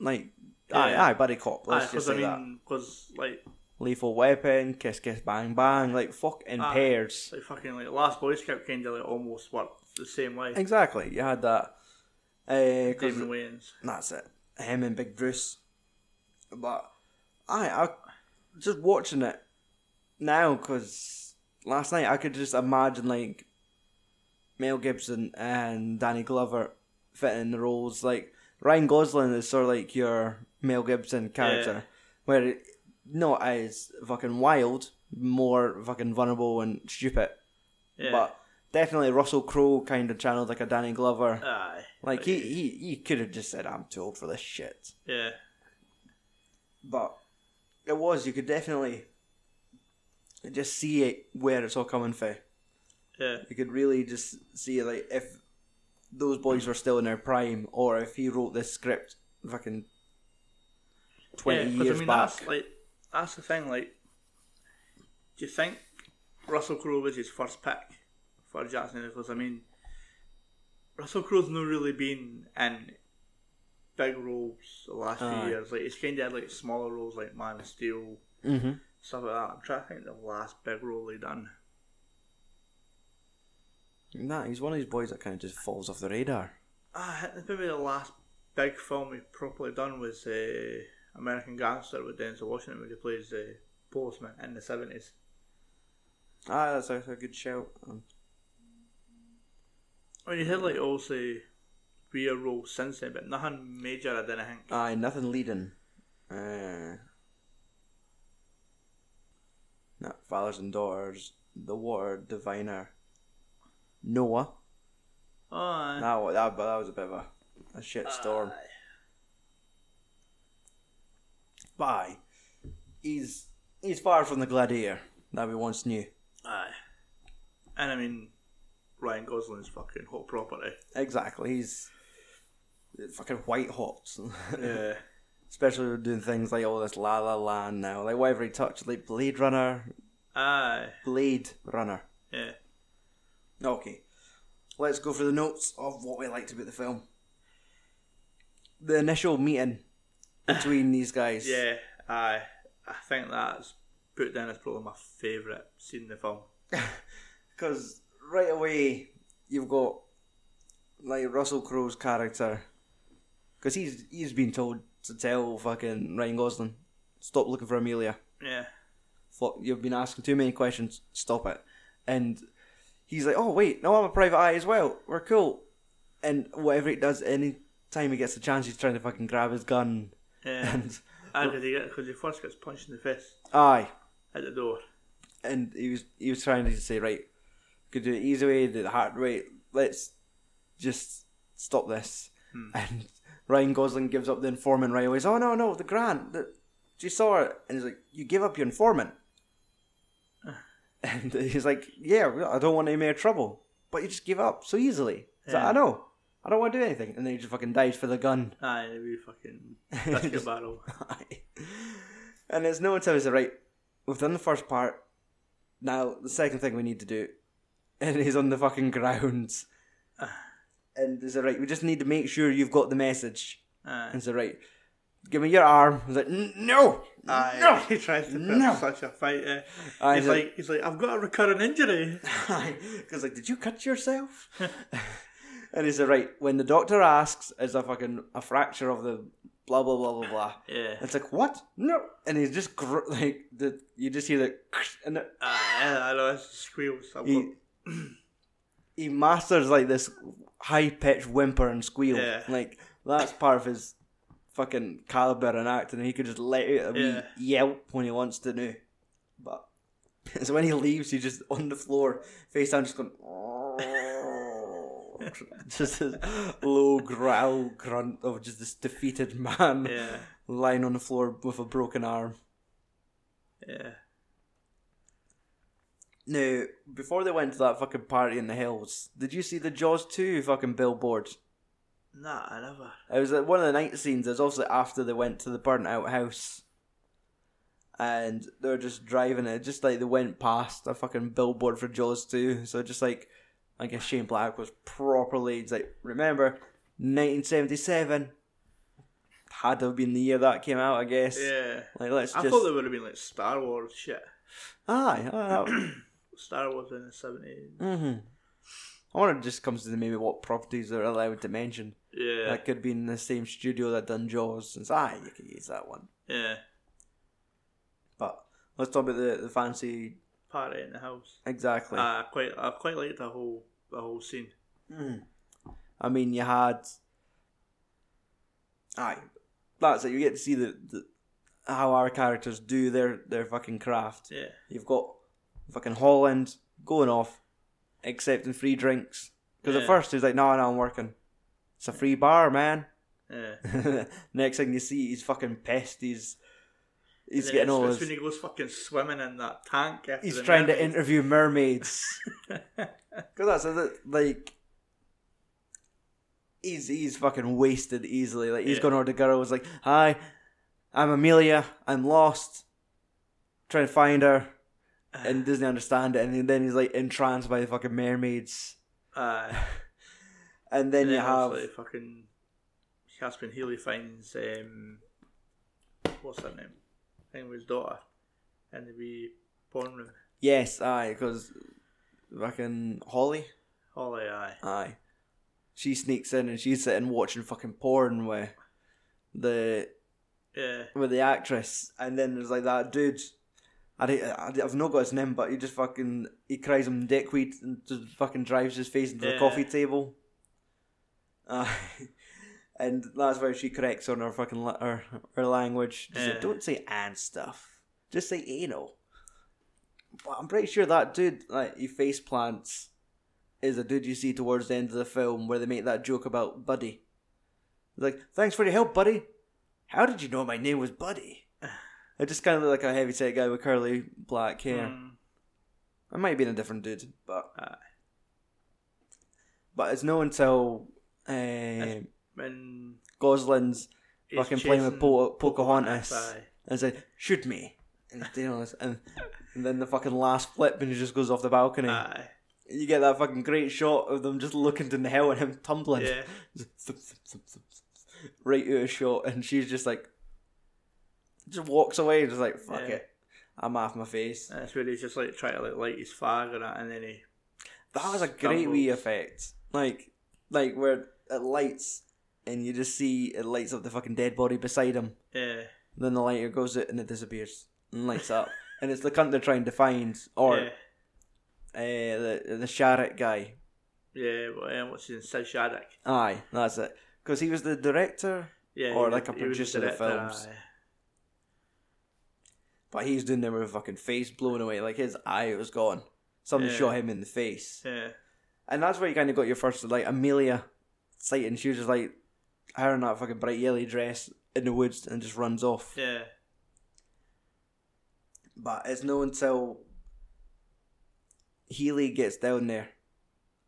Speaker 1: like aye
Speaker 2: Yeah.
Speaker 1: aye buddy cop. Let's just
Speaker 2: Because
Speaker 1: say
Speaker 2: I
Speaker 1: that.
Speaker 2: mean, because like,
Speaker 1: Lethal Weapon, Kiss Kiss Bang Bang, like fuck in
Speaker 2: Aye.
Speaker 1: pairs.
Speaker 2: like fucking like Last Boy Scout kind of like almost worked the same way.
Speaker 1: Exactly, you had that. Uh, 'cause
Speaker 2: Damon Wayans.
Speaker 1: that's it. Him and Big Bruce. But I, I just watching it now because last night I could just imagine like Mel Gibson and Danny Glover fitting the roles. Like Ryan Gosling is sort of like your Mel Gibson character, where it, not as fucking wild, more fucking vulnerable and stupid,
Speaker 2: Yeah.
Speaker 1: but. Definitely Russell Crowe kind of channeled like a Danny Glover.
Speaker 2: Aye.
Speaker 1: Like he, he, he could have just said, "I'm too old for this shit,"
Speaker 2: Yeah.
Speaker 1: but it was. You could definitely just see it where it's all coming from.
Speaker 2: Yeah.
Speaker 1: You could really just see like if those boys were still in their prime, or if he wrote this script fucking twenty
Speaker 2: yeah, 'cause
Speaker 1: years
Speaker 2: I mean,
Speaker 1: back.
Speaker 2: That's, like, that's the thing. Like, do you think Russell Crowe was his first pick for Jackson Nichols? I mean, Russell Crowe's not really been in big roles the last
Speaker 1: Aye.
Speaker 2: few years. Like, he's kind of had like smaller roles, like Man of Steel,
Speaker 1: mm-hmm.
Speaker 2: stuff like that. I'm trying to think of the last big role he done.
Speaker 1: Nah, he's one of these boys that kind of just falls off the radar.
Speaker 2: Ah, I think maybe the last big film he properly done was uh, American Gangster with Denzel Washington, where he plays the policeman in the seventies.
Speaker 1: Ah, that's a, a good shout. Um,
Speaker 2: I mean, he had like obviously weird roles since then, but nothing major. I didn't think.
Speaker 1: Aye, nothing leading. Uh, no, fathers and daughters, the ward, diviner, Noah.
Speaker 2: Oh, aye.
Speaker 1: That wa- that, that was a bit of a, a shit storm.
Speaker 2: Aye.
Speaker 1: But aye, he's he's far from the gladiator that we once knew.
Speaker 2: aye. And I mean, Ryan Gosling's fucking hot property.
Speaker 1: Exactly, he's fucking white hot.
Speaker 2: Yeah.
Speaker 1: Especially with doing things like all this La La Land now, like whatever he touched, like Blade Runner,
Speaker 2: Aye.
Speaker 1: Blade Runner.
Speaker 2: Yeah.
Speaker 1: Okay. Let's go for the notes of what we liked about the film. The initial meeting between these guys.
Speaker 2: Yeah. Aye. I think that's put down as probably my favourite scene in the film.
Speaker 1: Because right away, you've got like Russell Crowe's character. Because he's, he's been told to tell fucking Ryan Gosling, stop looking for Amelia.
Speaker 2: Yeah.
Speaker 1: Fuck, you've been asking too many questions, stop it. And he's like, oh, wait, no, I'm a private eye as well. We're cool. And whatever he does, any time he gets the chance, he's trying to fucking grab his gun.
Speaker 2: Yeah.
Speaker 1: And
Speaker 2: Aye, because he, get- 'cause he first gets punched in the face
Speaker 1: aye,
Speaker 2: at the door.
Speaker 1: and he was he was trying to say, right, could do it easy way, do it the hard way. Let's just stop this. And Ryan Gosling gives up the informant right away. He's, oh no, no, the Grant, the, she saw it, and he's like, you give up your informant. And he's like, yeah, well, I don't want any more trouble, but you just give up so easily. He's like,
Speaker 2: Yeah.
Speaker 1: I know, I don't want to do anything, and then he just fucking dives for the gun.
Speaker 2: Aye, the wee fucking biscuit barrel.
Speaker 1: and it's no time is right. We've done the first part. Now the second thing we need to do, and he's on the fucking grounds. And is it right? We just need to make sure you've got the message.
Speaker 2: Aye.
Speaker 1: Is it right? Give me your arm. He's like, "N- no,
Speaker 2: Aye,
Speaker 1: no.
Speaker 2: he tries to put
Speaker 1: No.
Speaker 2: up such a fight. eh.
Speaker 1: Aye,
Speaker 2: he's
Speaker 1: he's like-
Speaker 2: like, he's like, I've got a recurring injury.
Speaker 1: Because like, did you cut yourself? and he said, right. When the doctor asks, is a fucking a fracture of the blah blah blah blah blah.
Speaker 2: Yeah,
Speaker 1: It's like what? No. And he's just gr- like the you just hear the and the,
Speaker 2: Aye, I, I know it's squeals. I've
Speaker 1: he he masters like this high pitched whimper and squeal.
Speaker 2: Yeah.
Speaker 1: Like that's part of his fucking caliber and acting. He could just let out a wee
Speaker 2: Yeah.
Speaker 1: yelp when he wants to know. But so when he leaves, he's just on the floor, face down, just going. just this low growl grunt of just this defeated man
Speaker 2: got- yeah,
Speaker 1: lying on the floor with a broken arm.
Speaker 2: yeah.
Speaker 1: Now, before they went to that fucking party in the hills, did you see the Jaws 2 fucking billboard?
Speaker 2: Nah, I never.
Speaker 1: It was at one of the night scenes. It was also after they went to the burnt out house. And they were just driving it, just like they went past a fucking billboard for Jaws 2. So just like, I guess Shane Black was properly, it's like, remember, 1977 had to have been the year that came out, I guess.
Speaker 2: Yeah,
Speaker 1: Like, let's
Speaker 2: I
Speaker 1: just.
Speaker 2: thought there would have been like Star Wars shit.
Speaker 1: Aye, aye, that-
Speaker 2: Star Wars in the seventies.
Speaker 1: Mm-hmm. I wonder it just comes to maybe what properties they're allowed to mention.
Speaker 2: Yeah,
Speaker 1: That could be in the same studio that done Jaws. Since ah, you could use that one.
Speaker 2: yeah.
Speaker 1: But let's talk about the, the fancy
Speaker 2: Party in the house.
Speaker 1: exactly.
Speaker 2: Ah, I quite, I quite liked the whole, the whole scene.
Speaker 1: Mm. I mean, you had. Aye, that's it. You get to see the, the how our characters do their their fucking craft.
Speaker 2: Yeah,
Speaker 1: You've got fucking Holland going off, accepting free drinks. Because
Speaker 2: Yeah.
Speaker 1: at first he's like, "No, no, I'm working. It's a free bar, man."
Speaker 2: yeah.
Speaker 1: Next thing you see, he's fucking pissed. He's he's
Speaker 2: And
Speaker 1: getting
Speaker 2: it's-
Speaker 1: all
Speaker 2: it's
Speaker 1: his.
Speaker 2: when he goes fucking swimming in that tank. After
Speaker 1: He's
Speaker 2: the
Speaker 1: trying to
Speaker 2: mermaid.
Speaker 1: interview mermaids because that's a, like. He's he's fucking wasted easily. Like he's
Speaker 2: Yeah.
Speaker 1: gone over to the girl. Was like, "Hi, I'm Amelia. I'm lost. Trying to find her." And doesn't understand it, and then he's like entranced by the fucking mermaids.
Speaker 2: Aye.
Speaker 1: And then
Speaker 2: And
Speaker 1: you
Speaker 2: then
Speaker 1: have
Speaker 2: obviously fucking Caspian Healy finds um, what's her name? I think it was daughter in the wee porn room.
Speaker 1: yes, aye, because fucking Holly,
Speaker 2: Holly, Oh, aye.
Speaker 1: Aye. She sneaks in and she's sitting watching fucking porn with the
Speaker 2: Yeah,
Speaker 1: with the actress, and then there's like that dude. I don't- I, I've not got his name, but he just fucking he cries him dickweed and just fucking drives his face into
Speaker 2: Yeah.
Speaker 1: the coffee table. Aye. and that's where she corrects on her fucking la- her, her language. Just
Speaker 2: Yeah.
Speaker 1: like, don't say and stuff. Just say anal. But I'm pretty sure that dude like he face plants is a dude you see towards the end of the film where they make that joke about Buddy. He's like, thanks for your help, Buddy. How did you know my name was Buddy? I just kind of look like a heavy set guy with curly black hair.
Speaker 2: Mm,
Speaker 1: I might have been a different dude, but
Speaker 2: Aye.
Speaker 1: but it's no until uh,
Speaker 2: and
Speaker 1: Gosling's
Speaker 2: he's
Speaker 1: fucking playing with
Speaker 2: chasing
Speaker 1: po- Pocahontas
Speaker 2: Aye.
Speaker 1: and said, "Shoot me," and he's doing all this, and, and then the fucking last flip, and he just goes off the balcony.
Speaker 2: Aye.
Speaker 1: you get that fucking great shot of them just looking down the hill and him tumbling
Speaker 2: Yeah.
Speaker 1: Thup, thup, thup, thup, thup, right out of shot, and she's just like, just walks away, just like, "Fuck
Speaker 2: Yeah.
Speaker 1: it." I'm off my face.
Speaker 2: And that's where he's just like trying to like light his fag and that, and then he
Speaker 1: That was a great wee
Speaker 2: Stumbles.
Speaker 1: effect. Like, like where it lights and you just see it lights up the fucking dead body beside him.
Speaker 2: yeah
Speaker 1: Then the lighter goes out and it disappears and lights up. And it's the cunt they're trying to find, or
Speaker 2: yeah
Speaker 1: uh, the the Sharrock guy.
Speaker 2: yeah. Well, um, what's his name? Sid Shattuck.
Speaker 1: Aye, that's it. Because he was the director,
Speaker 2: Yeah,
Speaker 1: Or
Speaker 2: he
Speaker 1: like a
Speaker 2: he was
Speaker 1: producer of
Speaker 2: director,
Speaker 1: films.
Speaker 2: aye.
Speaker 1: but he's doing them with a fucking face blown away. Like his eye was gone. Somebody
Speaker 2: Yeah.
Speaker 1: shot him in the face.
Speaker 2: Yeah,
Speaker 1: And that's where you kind of got your first, like, Amelia sighting. She was just like, her in that fucking bright yellow dress in the woods and just runs off.
Speaker 2: yeah,
Speaker 1: But it's no until Healy gets down there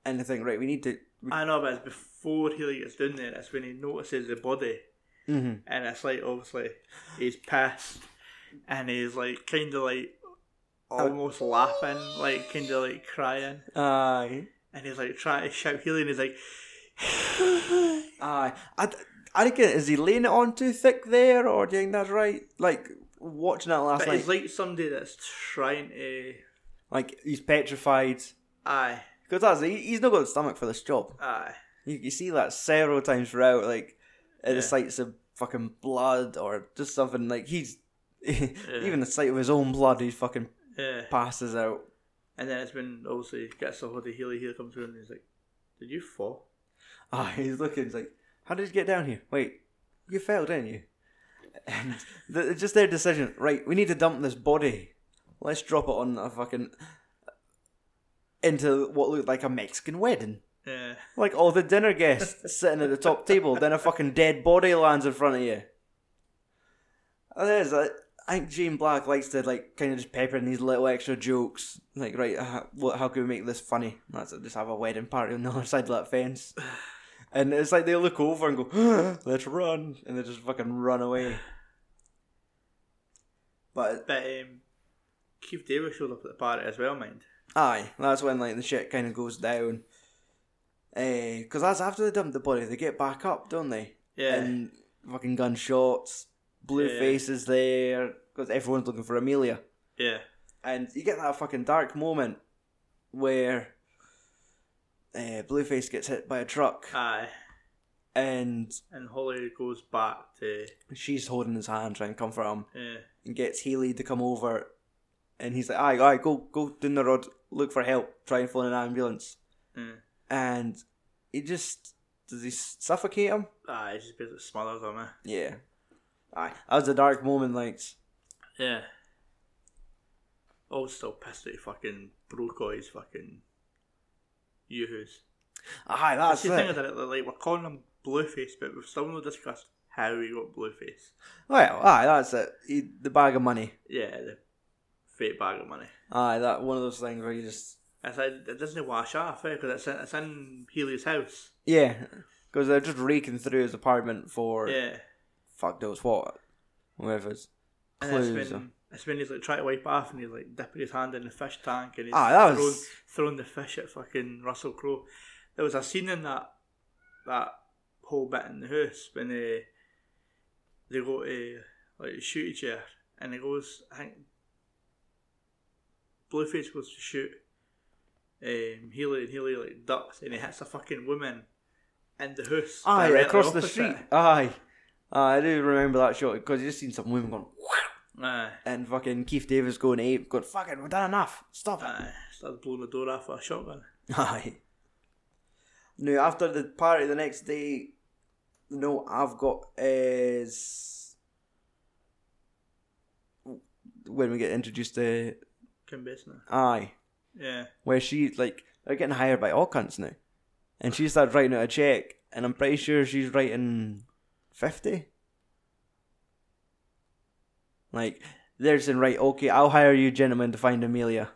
Speaker 1: and they think, right, we need to. We,
Speaker 2: I know, but it's before he like gets down there. That's when he notices the body.
Speaker 1: Mhm.
Speaker 2: and it's like obviously he's pissed and he's like kind of like almost laughing like kind of like crying
Speaker 1: Aye.
Speaker 2: and he's like trying to shout Healy and he's like
Speaker 1: Aye. I d I reckon is he laying it on too thick there, or do you think that's right? Like watching that last
Speaker 2: But
Speaker 1: night,
Speaker 2: it's
Speaker 1: like,
Speaker 2: like somebody that's trying to.
Speaker 1: he's petrified
Speaker 2: Aye,
Speaker 1: because that's he, he's not got the stomach for this job.
Speaker 2: aye.
Speaker 1: You, you see that several times throughout, like at the sights of fucking blood or just something like he's even the sight of his own blood, he fucking
Speaker 2: Yeah.
Speaker 1: passes out.
Speaker 2: And then it's when obviously gets a hold of Healy. Healy comes through and he's like, "Did you fall?"
Speaker 1: Ah, he's looking. He's like, "How did you get down here? Wait, you fell, didn't you?" And the, just their decision. Right, we need to dump this body. Let's drop it on a fucking into what looked like a Mexican wedding.
Speaker 2: Yeah.
Speaker 1: Like all the dinner guests sitting at the top table, then a fucking dead body lands in front of you. And there's a. I think Gene Black likes to like kind of just pepper in these little extra jokes, like right, uh, what, how can we make this funny? Let's just have a wedding party on the other side of that fence, and it's like they look over and go, "Let's run," and they just fucking run away. But
Speaker 2: But um, Keith Davis showed up at the party as well, mind.
Speaker 1: Aye, that's when like the shit kind of goes down. Because that's after they dump the body, they get back up, don't they?
Speaker 2: Yeah.
Speaker 1: And fucking gunshots, blue
Speaker 2: Yeah.
Speaker 1: faces there, because everyone's looking for Amelia.
Speaker 2: yeah.
Speaker 1: And you get that fucking dark moment where uh, Blueface gets hit by a truck
Speaker 2: Aye.
Speaker 1: and
Speaker 2: And Holly goes back to. eh,
Speaker 1: she's holding his hand trying to comfort him
Speaker 2: Yeah.
Speaker 1: and gets Healy to come over and he's like, aye, aye, go, go down the road, look for help, try and phone an ambulance.
Speaker 2: yeah.
Speaker 1: and he just does he suffocate him?
Speaker 2: Aye. ah, Just basically smothers him. Eh?
Speaker 1: Yeah. Aye. That was a dark moment, like
Speaker 2: Yeah. Oh, still pissed that he fucking broke all his fucking yoo-hoos.
Speaker 1: aye, that's
Speaker 2: That's the thing
Speaker 1: it.
Speaker 2: about it, like, we're calling him Blueface, but we've still not discussed how he got Blueface.
Speaker 1: Well, aye, that's it. He, the bag of money.
Speaker 2: Yeah, the fake bag of money.
Speaker 1: Aye, that one of those things where you just
Speaker 2: It's like, it doesn't wash off, eh, because it's, in- it's in Healy's house.
Speaker 1: yeah, because they're just raking through his apartment for
Speaker 2: Yeah.
Speaker 1: fuck knows what, whatever. It's
Speaker 2: And it's
Speaker 1: clues.
Speaker 2: when, it's when he's like trying to wipe off and he's like dipping his hand in the fish tank and he's
Speaker 1: Ah, that
Speaker 2: throwing,
Speaker 1: was-
Speaker 2: throwing the fish at fucking Russell Crowe. There was a scene in that that whole bit in the house when they they go to like shoot each other and he goes I think Blueface goes to shoot um, Healy and Healy like ducks and he hits a fucking woman in the house.
Speaker 1: aye,
Speaker 2: directly
Speaker 1: across the
Speaker 2: opposite.
Speaker 1: street. Aye. aye, I do remember that shot because you just seen some women going
Speaker 2: Aye.
Speaker 1: and fucking Keith Davis going ape, going fuck it, we've done enough, stop it.
Speaker 2: Aye. Started blowing the door off with a shotgun.
Speaker 1: Aye. Now, after the party the next day, the note I've got is when we get introduced to
Speaker 2: Kim Basinger.
Speaker 1: Aye,
Speaker 2: Yeah.
Speaker 1: where she like they're getting hired by all cunts now, and she started writing out a check, and I'm pretty sure she's writing fifty. Like they're saying, right, okay, I'll hire you gentlemen to find Amelia,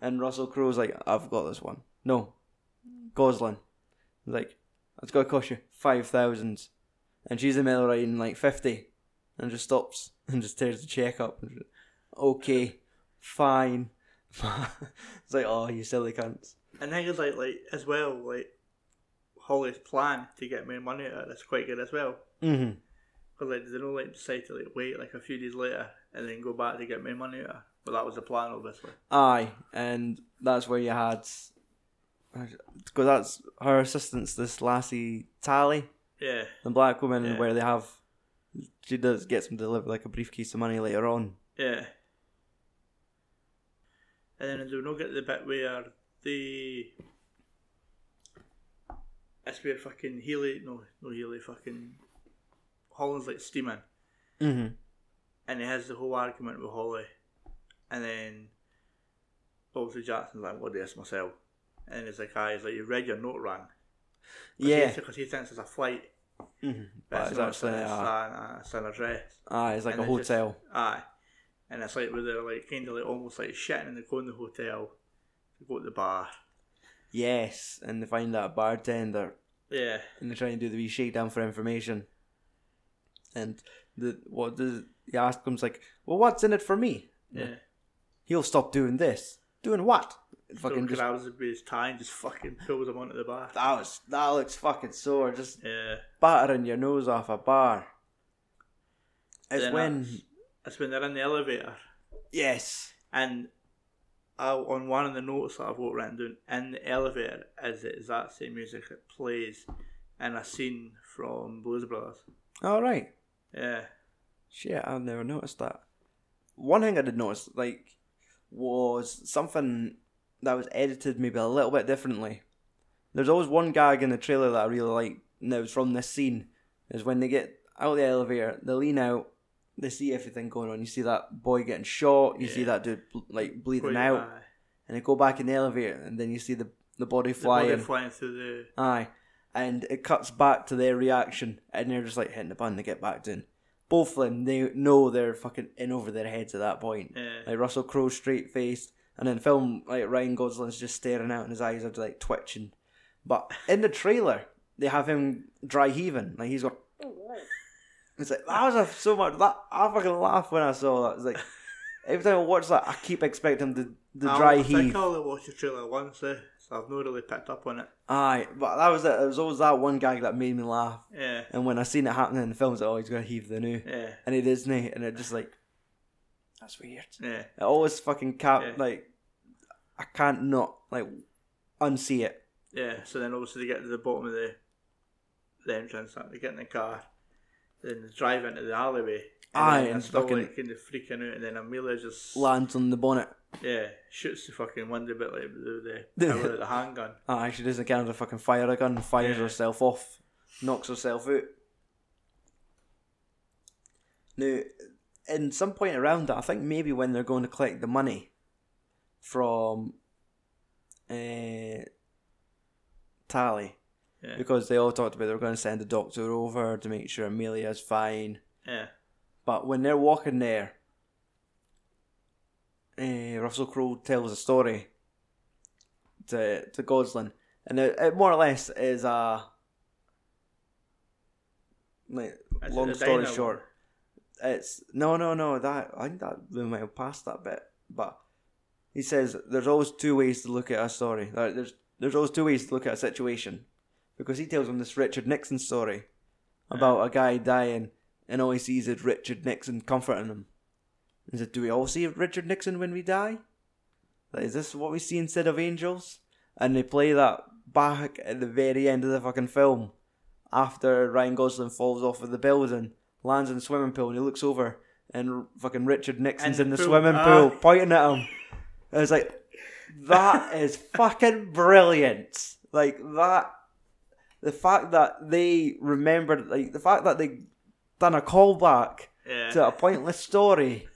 Speaker 1: and Russell Crowe's like, I've got this one. No, Goslin, He's like, it's gonna cost you five thousand, and she's in the middle writing like fifty, and just stops and just tears the check up. And she's like, okay, fine. it's like, oh, you silly cunts.
Speaker 2: And then it's like, like as well, like Holly's plan to get more money out of it's quite good as well.
Speaker 1: Mm-hmm.
Speaker 2: Because like they don't like decide to like wait like a few days later and then go back to get more money out. of it. But that was the plan, obviously.
Speaker 1: Aye, and that's where you had, because that's her assistant's this lassie Tally,
Speaker 2: Yeah,
Speaker 1: the black woman,
Speaker 2: Yeah.
Speaker 1: where they have, she does gets them to deliver like a briefcase of money later on.
Speaker 2: yeah. And then do we not get to the bit where the that's where fucking Healy, no, no Healy, fucking Holland's like steaming.
Speaker 1: Mm-hmm.
Speaker 2: and he has the whole argument with Holly, and then obviously Jackson's like, "What do this myself?" And then he's like, "Ah, he's like, you read your note wrong."
Speaker 1: Yeah,
Speaker 2: because he thinks it's a flight,
Speaker 1: Mhm.
Speaker 2: but
Speaker 1: but
Speaker 2: it's
Speaker 1: it's
Speaker 2: not,
Speaker 1: actually
Speaker 2: it's,
Speaker 1: uh,
Speaker 2: an, it's an address.
Speaker 1: aye, it's like
Speaker 2: and
Speaker 1: a
Speaker 2: it's just-
Speaker 1: hotel.
Speaker 2: aye, and it's like where they're like kind of like almost like shitting and they go in the hotel, they go to the bar.
Speaker 1: Yes, and they find that bartender
Speaker 2: Yeah,
Speaker 1: and they try and do the wee shakedown for information. And the what does he ask him's like, well, what's in it for me?
Speaker 2: yeah,
Speaker 1: He'll stop doing this. Doing what? fucking just,
Speaker 2: grabs him by his tie and just fucking pulls him onto the bar.
Speaker 1: that was that looks fucking sore. Just
Speaker 2: Yeah,
Speaker 1: battering your nose off a bar. It's
Speaker 2: Then
Speaker 1: when
Speaker 2: that's- that's when they're in the elevator.
Speaker 1: yes,
Speaker 2: And I, on one of the notes that I've wrote written down in the elevator is it is that same music that plays in a scene from Blues Brothers.
Speaker 1: all right.
Speaker 2: Yeah,
Speaker 1: Shit, I've never noticed that. One thing I did notice, like, was something that was edited maybe a little bit differently. There's always one gag in the trailer that I really like, and it was from this scene, is when they get out of the elevator, they lean out, they see everything going on. You see that boy getting shot, you see
Speaker 2: Yeah.
Speaker 1: that dude, like, bleeding
Speaker 2: Quite
Speaker 1: out,
Speaker 2: high.
Speaker 1: and they go back in the elevator, and then you see the, the body
Speaker 2: The body
Speaker 1: flying.
Speaker 2: flying through the
Speaker 1: Aye. And it cuts back to their reaction, and they're just like hitting the button to get back in. Both of them, they know they're fucking in over their heads at that point.
Speaker 2: yeah,
Speaker 1: Like Russell Crowe straight faced, and in film, like Ryan Gosling's just staring out, and his eyes are like twitching. But in the trailer, they have him dry heaving, like he's got. It's like that was a, so much. That I fucking laughed when I saw that. It's like every time I watch that, I keep expecting the the
Speaker 2: I "Oh."
Speaker 1: dry
Speaker 2: only- I
Speaker 1: heave.
Speaker 2: think I only watched the trailer once, eh, so I've not really picked up on it.
Speaker 1: Aye, but that was it. It was always that one gag that made me laugh.
Speaker 2: Yeah,
Speaker 1: And when I seen it happening in the films, oh, he's gonna heave the new,
Speaker 2: yeah,
Speaker 1: and it isn't, and it just like, that's weird.
Speaker 2: yeah.
Speaker 1: It always fucking cap
Speaker 2: Yeah.
Speaker 1: like, I can't not like unsee it.
Speaker 2: Yeah, so then obviously they get to the bottom of the, the entrance, like, they get in the car, then they drive into the alleyway.
Speaker 1: Aye,
Speaker 2: then they're
Speaker 1: and
Speaker 2: still
Speaker 1: fucking-
Speaker 2: like kind of freaking out, and then Amelia just
Speaker 1: Lands on the bonnet.
Speaker 2: yeah shoots the fucking window bit like the, the
Speaker 1: The-
Speaker 2: power of the handgun.
Speaker 1: Ah, oh, she doesn't count as a fucking fire a gun. Fires
Speaker 2: Yeah.
Speaker 1: herself off, knocks herself out. Now, in some point around that, I think maybe when they're going to collect the money from, uh, Tally.
Speaker 2: Yeah,
Speaker 1: because they all talked about they were going to send a doctor over to make sure Amelia's fine.
Speaker 2: yeah,
Speaker 1: But when they're walking there, eh, Russell Crowe tells a story to to Goslin, and it, it more or less is a like,
Speaker 2: Is it
Speaker 1: long
Speaker 2: the
Speaker 1: story
Speaker 2: dino
Speaker 1: short. It's no, no, no. That I think that we might have passed that bit, but he says there's always two ways to look at a story. Like, There's there's always two ways to look at a situation, because he tells him this Richard Nixon story about a guy dying, and all he sees is Richard Nixon comforting him. He said, "Do we all see Richard Nixon when we die? Like, is this what we see instead of angels?" And they play that back at the very end of the fucking film, after Ryan Gosling falls off of the building, lands in the swimming pool, and he looks over, and fucking Richard Nixon's
Speaker 2: In
Speaker 1: in
Speaker 2: the
Speaker 1: the,
Speaker 2: pool.
Speaker 1: swimming
Speaker 2: Ah.
Speaker 1: pool, pointing at him. I was like, that is fucking brilliant. Like that, the fact that they remembered, like the fact that they done a callback
Speaker 2: yeah.
Speaker 1: to a pointless story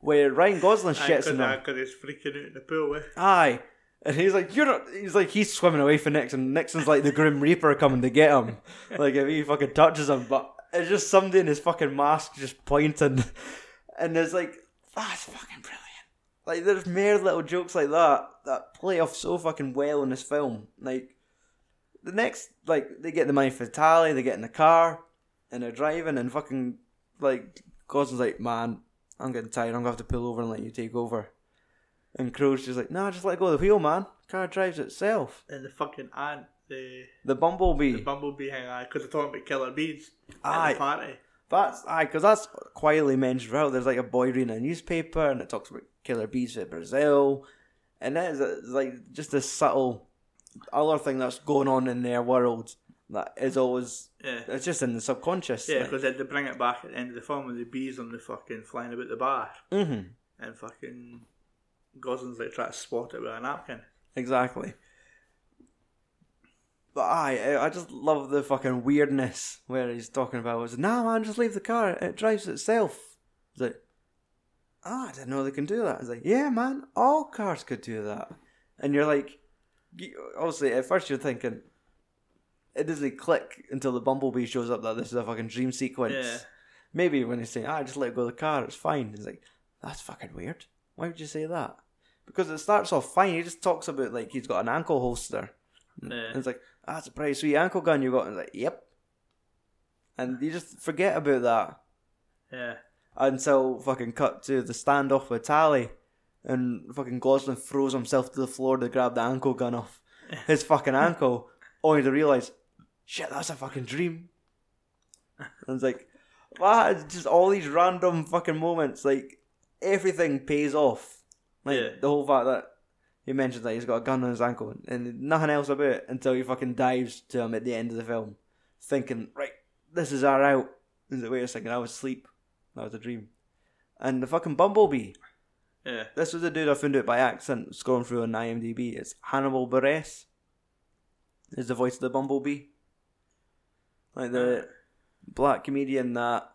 Speaker 1: where Ryan Gosling shits in them.
Speaker 2: because he's freaking out in the pool. Eh?
Speaker 1: Aye. And he's like, you're not. He's like, he's swimming away from Nixon. Nixon's like the Grim Reaper coming to get him. Like if he fucking touches him, but it's just somebody in his fucking mask just pointing, and it's like that's fucking brilliant. Like there's mere little jokes like that that play off so fucking well in this film. Like the next, like they get the money for the tally, they get in the car, and they're driving, and fucking like Gosling's like, man, I'm getting tired. I'm gonna have to pull over and let you take over. And Crow's just like, nah, just let go of the wheel, man. Car drives itself.
Speaker 2: And the fucking ant, the,
Speaker 1: The bumblebee.
Speaker 2: the bumblebee hang on, because they're talking about killer bees at
Speaker 1: Aye.
Speaker 2: the party.
Speaker 1: that's aye, because that's quietly mentioned throughout. There's like a boy reading a newspaper, and it talks about killer bees for Brazil, and that is it's like just this subtle other thing that's going on in their world that is always
Speaker 2: Yeah.
Speaker 1: it's just in the subconscious.
Speaker 2: Yeah, because they bring it back at the end of the film with the bees on the fucking flying about the bar
Speaker 1: hmm
Speaker 2: and fucking Gosling's like trying to spot it with a napkin.
Speaker 1: Exactly. But aye, I, I just love the fucking weirdness where he's talking about. Was nah, man, just leave the car. It drives itself. It's like, ah, I didn't know they can do that. It's like, yeah, man, all cars could do that. And you're like, you, obviously, at first you're thinking, it doesn't click until the bumblebee shows up that this is a fucking dream sequence.
Speaker 2: Yeah.
Speaker 1: Maybe when he's saying, ah, just let go of the car, it's fine. It's like, that's fucking weird. Why would you say that? Because it starts off fine. He just talks about like he's got an ankle holster.
Speaker 2: Yeah.
Speaker 1: And it's like, ah, it's a pretty sweet ankle gun you got. And it's like, yep. And you just forget about that
Speaker 2: Yeah.
Speaker 1: until fucking cut to the standoff with Tally. and fucking Gosling throws himself to the floor to grab the ankle gun off his fucking ankle, only to realise, shit, that's a fucking dream. And it's like, wow, it's just all these random fucking moments. Like everything pays off. Like
Speaker 2: Yeah.
Speaker 1: the whole fact that he mentions that he's got a gun on his ankle and nothing else about it until he fucking dives to him at the end of the film, thinking, right, this is our out. And he's like, wait a second, I was asleep. That was a dream. And the fucking Bumblebee.
Speaker 2: Yeah.
Speaker 1: This was a dude I found out by accident scrolling through on IMDb. It's Hannibal Buress. Is the voice of the Bumblebee. Like the black comedian that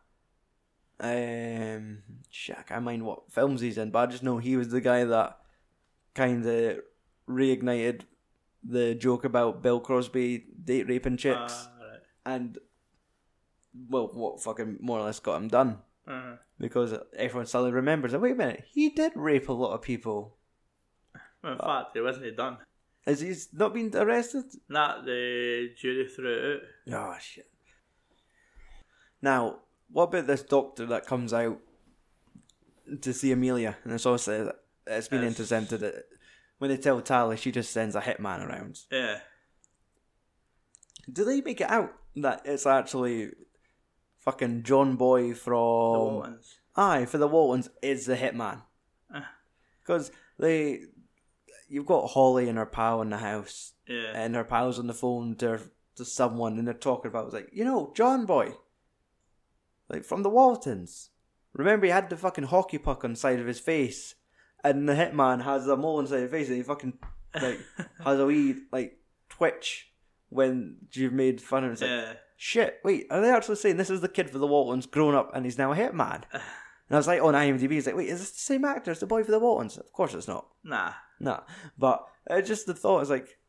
Speaker 1: um shit, I can't mind what films he's in, but I just know he was the guy that kinda reignited the joke about Bill Crosby date raping chicks
Speaker 2: Ah,
Speaker 1: and well what fucking more or less got him done
Speaker 2: right. Uh,
Speaker 1: because everyone suddenly remembers that wait a minute, he did rape a lot of people.
Speaker 2: well,
Speaker 1: Uh.
Speaker 2: in fact, it wasn't done.
Speaker 1: Has he not been arrested?
Speaker 2: Not the jury threw it out.
Speaker 1: Oh shit. Now, what about this doctor that comes out to see Amelia and it's all said it's been
Speaker 2: Yes.
Speaker 1: intercepted when they tell Tally she just sends a hitman around.
Speaker 2: Yeah.
Speaker 1: Do they make it out that it's actually fucking John Boy from
Speaker 2: the Waltons.
Speaker 1: Aye, for the Waltons is the hitman.
Speaker 2: Ah.
Speaker 1: Because they you've got Holly and her pal in the house
Speaker 2: Yeah.
Speaker 1: and her pal's on the phone to her, to someone and they're talking about it. It's like you know john boy like from the waltons remember he had the fucking hockey puck on the side of his face and the hitman has a mole inside his face and he fucking like has a wee like twitch when you've made fun of him it's like
Speaker 2: yeah.
Speaker 1: shit wait are they actually saying this is the kid for the waltons grown up and he's now a hitman and i was like on imdb it's like wait is this the same actor as the boy for the waltons of course it's not
Speaker 2: Nah.
Speaker 1: Nah, but uh, just the thought is like,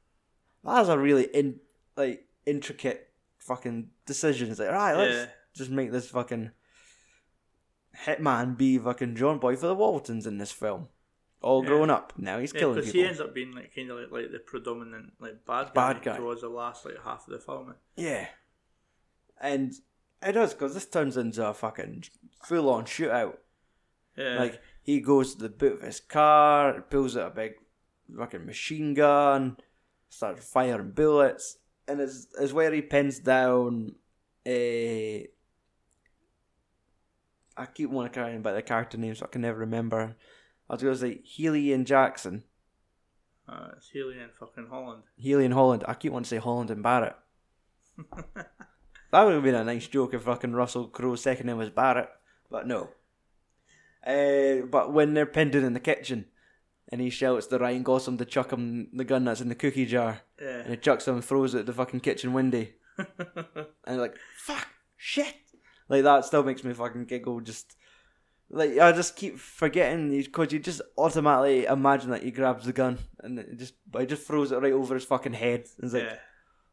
Speaker 1: that's a really in like intricate fucking decision. It's like, all right, let's
Speaker 2: Yeah.
Speaker 1: just make this fucking hitman be fucking John Boy for the Waltons in this film, all
Speaker 2: Yeah.
Speaker 1: grown up now. He's killing
Speaker 2: Because
Speaker 1: people.
Speaker 2: he ends up being like kind of like, like the predominant like bad guy,
Speaker 1: Bad guy.
Speaker 2: towards the last like half of the film.
Speaker 1: Yeah, and it does because this turns into a fucking full on shootout.
Speaker 2: Yeah.
Speaker 1: Like he goes to the boot of his car, pulls out a big fucking machine gun, starts firing bullets, and is is where he pins down a. I keep wanting to crying about the character names, I can never remember. I was gonna say Healy and Jackson,
Speaker 2: uh, it's Healy and fucking Holland.
Speaker 1: Healy and Holland. I keep wanting to say Holland and Barrett. That would have been a nice joke if fucking Russell Crowe's second name was Barrett, but no. Uh, but when they're pinned in in the kitchen, and he shouts to Ryan Gosling to chuck him the gun that's in the cookie jar, and
Speaker 2: yeah.
Speaker 1: he chucks him and throws it at the fucking kitchen window, and you're like, fuck, shit. Like, that still makes me fucking giggle, just. Like, I just keep forgetting these, because you just automatically imagine that he grabs the gun, and it just, but he just throws it right over his fucking head. and It's like,
Speaker 2: yeah.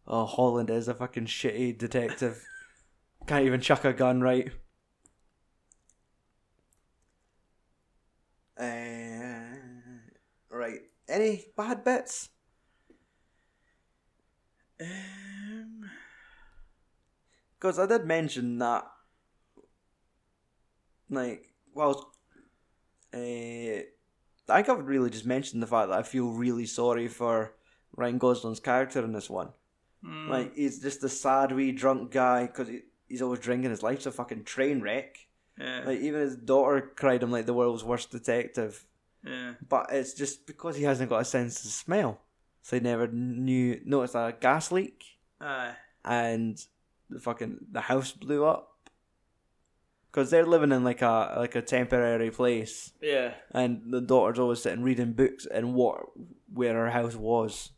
Speaker 1: Oh, Holland is a fucking shitty detective. Can't even chuck a gun right. Uh, right. Any bad bits?
Speaker 2: Um,
Speaker 1: Because I did mention that, like, well, uh, I think I've really just mentioned the fact that I feel really sorry for Ryan Gosling's character in this one.
Speaker 2: mm,
Speaker 1: Like he's just a sad wee drunk guy because he, he's always drinking. His life's a fucking train wreck.
Speaker 2: yeah,
Speaker 1: Like even his daughter cried him like the world's worst detective.
Speaker 2: yeah,
Speaker 1: But it's just because he hasn't got a sense of smell, so he never knew noticed a gas leak
Speaker 2: aye,
Speaker 1: and the fucking the house blew up. Because they're living in like a like a temporary place,
Speaker 2: yeah,
Speaker 1: and the daughter's always sitting reading books and what where her house was.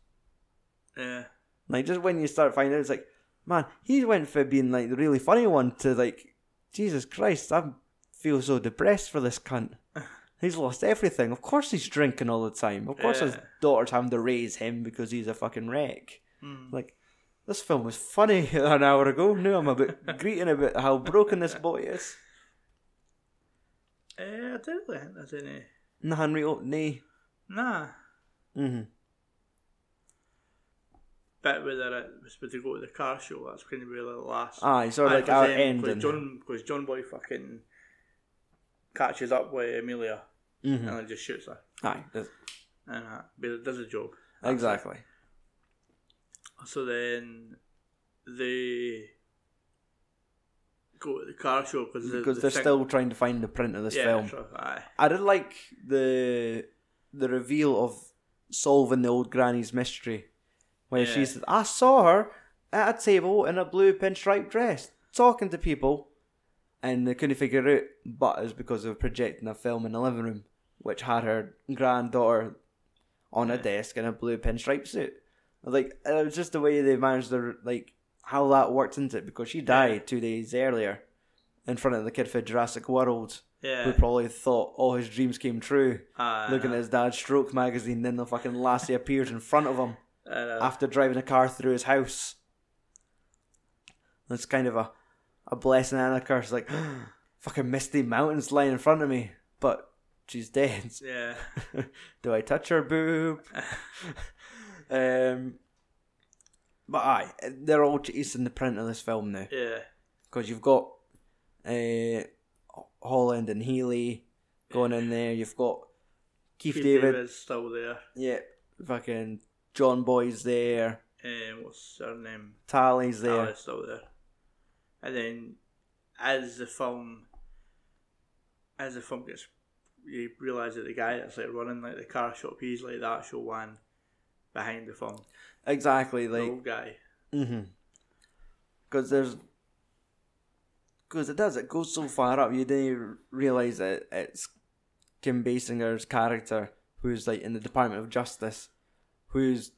Speaker 2: yeah,
Speaker 1: Like just when you start finding out, it's like, man, he went for being like the really funny one to like, Jesus Christ, I feel so depressed for this cunt. He's lost everything. Of course he's drinking all the time. Of course his
Speaker 2: Yeah.
Speaker 1: daughter's having to raise him because he's a fucking wreck.
Speaker 2: mm,
Speaker 1: Like, this film was funny an hour ago. Now I'm a bit greeting about how broken this boy is.
Speaker 2: eh, I don't really think there's any.
Speaker 1: Nah, real, nay.
Speaker 2: Nah,
Speaker 1: Mm-hmm.
Speaker 2: bit whether it was with to go to the car show. That's kind of really the last.
Speaker 1: Aye, sort of
Speaker 2: Aye,
Speaker 1: Ah, like
Speaker 2: 'cause,
Speaker 1: our
Speaker 2: um, 'cause
Speaker 1: ending.
Speaker 2: John, because John Boy fucking catches up with Amelia
Speaker 1: Mhm.
Speaker 2: and then just shoots her.
Speaker 1: Aye. that's-
Speaker 2: and that, but it does a job.
Speaker 1: Exactly.
Speaker 2: So then they go to the car show because
Speaker 1: Because they're still trying to find the print of this film.
Speaker 2: So, aye.
Speaker 1: I did like the the reveal of solving the old granny's mystery when
Speaker 2: Yeah.
Speaker 1: she said, "I saw her at a table in a blue pinstripe dress, talking to people," and they couldn't figure it out, but it was because they were projecting a film in the living room, which had her granddaughter on a desk in a blue pinstripe suit. I was Like it was just the way they managed their like how that worked into it because she died two days earlier in front of the kid for Jurassic World
Speaker 2: yeah.
Speaker 1: who probably thought all his dreams came true.
Speaker 2: Aye,
Speaker 1: Looking at his dad's stroke magazine, then the fucking lassie appears in front of him
Speaker 2: and, uh,
Speaker 1: after driving a car through his house. That's kind of a, a blessing and a curse. Like, fucking misty mountains lying in front of me, but she's dead.
Speaker 2: yeah.
Speaker 1: Do I touch her boob? um, but aye, they're all chasing the print of this film now
Speaker 2: Yeah.
Speaker 1: because you've got uh, Holland and Healy going in there. You've got Keith,
Speaker 2: Keith
Speaker 1: David,
Speaker 2: David's still there.
Speaker 1: yeah, fucking John Boy's there,
Speaker 2: Um, what's her name?
Speaker 1: Tally's
Speaker 2: Yeah.
Speaker 1: there.
Speaker 2: still there. And then, as the film, as the film gets, you realise that the guy that's like running like the car shop, he's like the actual one behind the film,
Speaker 1: Exactly,
Speaker 2: the
Speaker 1: like
Speaker 2: old guy.
Speaker 1: mm because there's because it does it goes so far up you didn't realize that it's Kim Basinger's character who's like in the Department of Justice, who's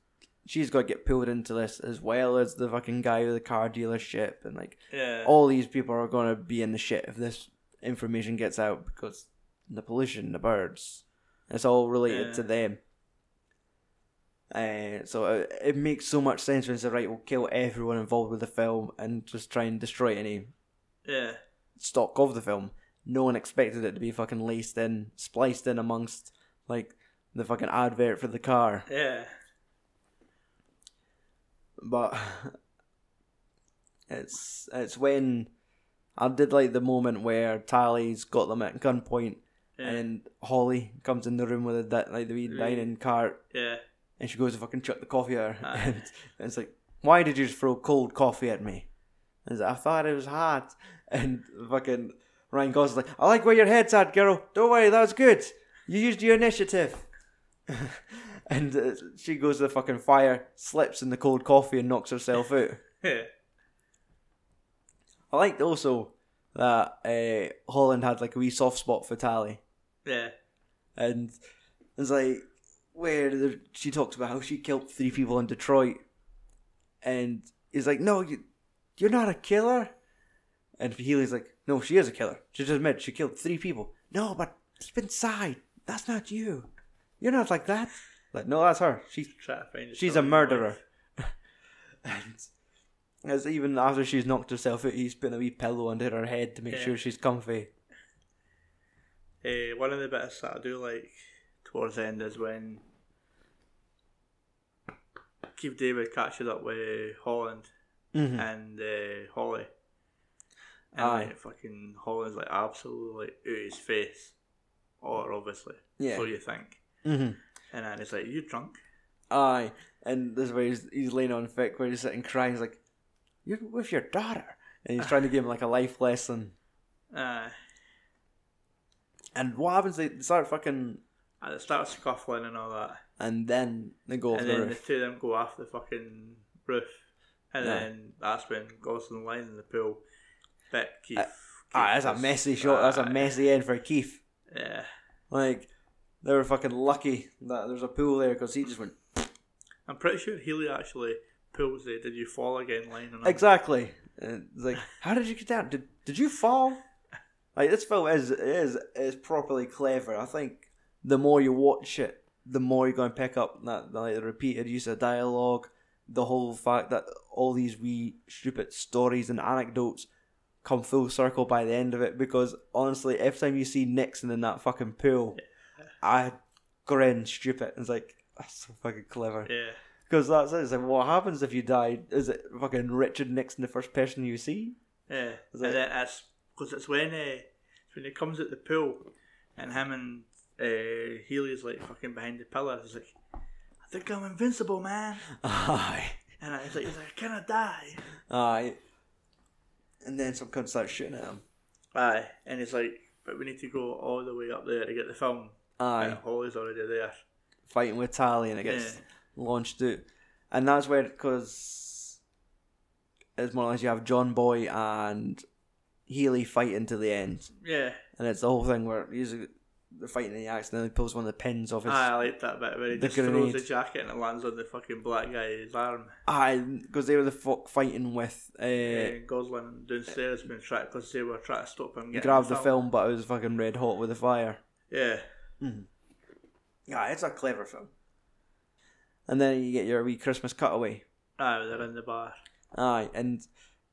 Speaker 1: she's got to get pulled into this as well as the fucking guy with the car dealership and like
Speaker 2: Yeah.
Speaker 1: all these people are going to be in the shit if this information gets out because the pollution, the birds, it's all related
Speaker 2: Yeah.
Speaker 1: to them. Uh, so it, it makes so much sense when it's right, we'll kill everyone involved with the film and just try and destroy any
Speaker 2: Yeah.
Speaker 1: stock of the film. No one expected it to be fucking laced in, spliced in amongst like the fucking advert for the car.
Speaker 2: Yeah.
Speaker 1: but it's it's when I did like the moment where Tally's got them at gunpoint
Speaker 2: Yeah.
Speaker 1: and Holly comes in the room with a di- like the wee
Speaker 2: Mm.
Speaker 1: dining cart
Speaker 2: yeah.
Speaker 1: and she goes to fucking chuck the coffee at her
Speaker 2: Aye.
Speaker 1: and, and it's like why did you just throw cold coffee at me? And he's like, I thought it was hot and fucking Ryan Gosling's like I like where your head's at girl don't worry that was good you used your initiative. and uh, she goes to the fucking fire, slips in the cold coffee, and knocks herself out.
Speaker 2: Yeah.
Speaker 1: I liked also that uh, Holland had like a wee soft spot for Tally,
Speaker 2: Yeah.
Speaker 1: and it's like where the, she talks about how she killed three people in Detroit, and he's like, "No, you, you're not a killer," and Healy's like, "No, she is a killer. She just admitted she killed three people. No, but deep inside, that's not you. You're not like that. Like, no, that's her. She's
Speaker 2: Try to find. the
Speaker 1: She's a
Speaker 2: story.
Speaker 1: murderer. and as even after she's knocked herself out, he's putting a wee pillow under her head to make
Speaker 2: Yeah.
Speaker 1: sure she's comfy.
Speaker 2: Eh, one of the bits that I do like towards the end is when Keith David catches up with Holland
Speaker 1: Mm-hmm.
Speaker 2: and uh, Holly. And
Speaker 1: Aye.
Speaker 2: like, fucking Holland's like absolutely like, out his face. Or obviously.
Speaker 1: Yeah.
Speaker 2: So you think.
Speaker 1: Mm-hmm.
Speaker 2: And then it's like, you drunk?
Speaker 1: Aye. And this is where he's, he's laying on Vic, where he's sitting crying. He's like, You're with your daughter. And he's trying to give him like a life lesson.
Speaker 2: Aye.
Speaker 1: And what happens? They start fucking.
Speaker 2: And it starts scuffling and all that.
Speaker 1: And then they go off
Speaker 2: and
Speaker 1: the
Speaker 2: then
Speaker 1: roof.
Speaker 2: the two of them go off the fucking roof. And
Speaker 1: Yeah.
Speaker 2: then that's when Gosling lying in the pool. Bit Keith.
Speaker 1: Ah, that's a
Speaker 2: Keith
Speaker 1: messy
Speaker 2: is-
Speaker 1: shot. That's a
Speaker 2: aye.
Speaker 1: messy end for Keith.
Speaker 2: Yeah.
Speaker 1: Like, they were fucking lucky that there's a pool there because he just went.
Speaker 2: I'm pretty sure Healy actually pulls the Did You Fall Again line. on him.
Speaker 1: Exactly. And It's like, how did you get down? Did did you fall? Like this film is is is properly clever. I think the more you watch it, the more you're going to pick up that like the repeated use of dialogue, the whole fact that all these wee stupid stories and anecdotes come full circle by the end of it. Because honestly, every time you see Nixon in that fucking pool, I grin stupid. It's like that's so fucking clever.
Speaker 2: Yeah.
Speaker 1: Because that's it. It's like, what happens if you die? Is it fucking Richard Nixon, the first person you see?
Speaker 2: Yeah,
Speaker 1: Is
Speaker 2: and
Speaker 1: it-
Speaker 2: then that's because it's when uh, it's when he comes at the pool, and him and uh, Healy's like fucking behind the pillar. He's like, I think I'm invincible, man.
Speaker 1: Aye.
Speaker 2: And I was like, he's like, I cannot die.
Speaker 1: Aye. And then some cunt starts shooting at him.
Speaker 2: Aye. And he's like, but we need to go all the way up there to get the film. And
Speaker 1: Aye.
Speaker 2: Holly's already there.
Speaker 1: Fighting with Tally and it gets
Speaker 2: Yeah.
Speaker 1: launched out. And that's where, because it's more or less you have John Boy and Healy fighting to the end.
Speaker 2: Yeah.
Speaker 1: And it's the whole thing where he's, they're fighting in the axe and then he pulls one of the pins off his.
Speaker 2: Aye, I like that bit where he
Speaker 1: The
Speaker 2: just
Speaker 1: grenade.
Speaker 2: throws the jacket and it lands on the fucking black guy's arm.
Speaker 1: Aye, because they were the fuck fighting with. Uh,
Speaker 2: And Goslin downstairs being tracked because they were trying to stop him getting
Speaker 1: grabbed the film, but it was fucking red hot with the fire.
Speaker 2: Yeah.
Speaker 1: Yeah, it's a clever film. And then you get your wee Christmas cutaway.
Speaker 2: Aye, they're in the bar.
Speaker 1: Aye, and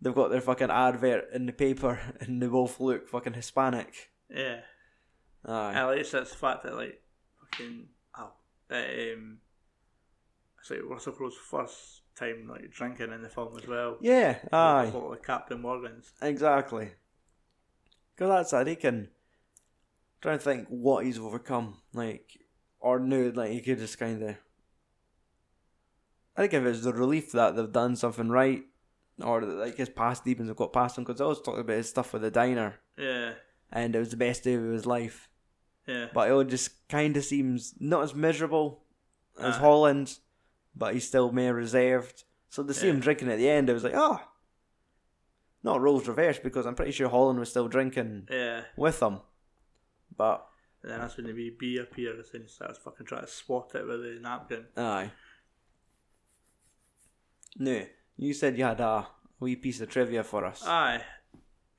Speaker 1: they've got their fucking advert in the paper, and they both look fucking Hispanic.
Speaker 2: Yeah.
Speaker 1: Aye.
Speaker 2: I like it's that's the fact that like fucking oh that um it's like Russell Crowe's first time like drinking in the film as well.
Speaker 1: Yeah,
Speaker 2: With
Speaker 1: aye,
Speaker 2: a bottle of Captain Morgan's.
Speaker 1: exactly. Because that's that, he can. Trying to think what he's overcome, like, or no, like, he could just kind of. I think if it's the relief that they've done something right, or that, like his past demons have got past him, because I was talking about his stuff with the diner,
Speaker 2: Yeah,
Speaker 1: and it was the best day of his life.
Speaker 2: yeah.
Speaker 1: but it all just kind of seems not as miserable as
Speaker 2: Aye.
Speaker 1: Holland, but he's still more reserved. So to see him
Speaker 2: Yeah.
Speaker 1: drinking at the end, I was like, oh, not roles reversed because I'm pretty sure Holland was still drinking
Speaker 2: yeah,
Speaker 1: with him. But
Speaker 2: and then that's when the wee bee appears and he starts fucking trying to swat it with a napkin.
Speaker 1: aye, no, you said you had a wee piece of trivia for us.
Speaker 2: Aye.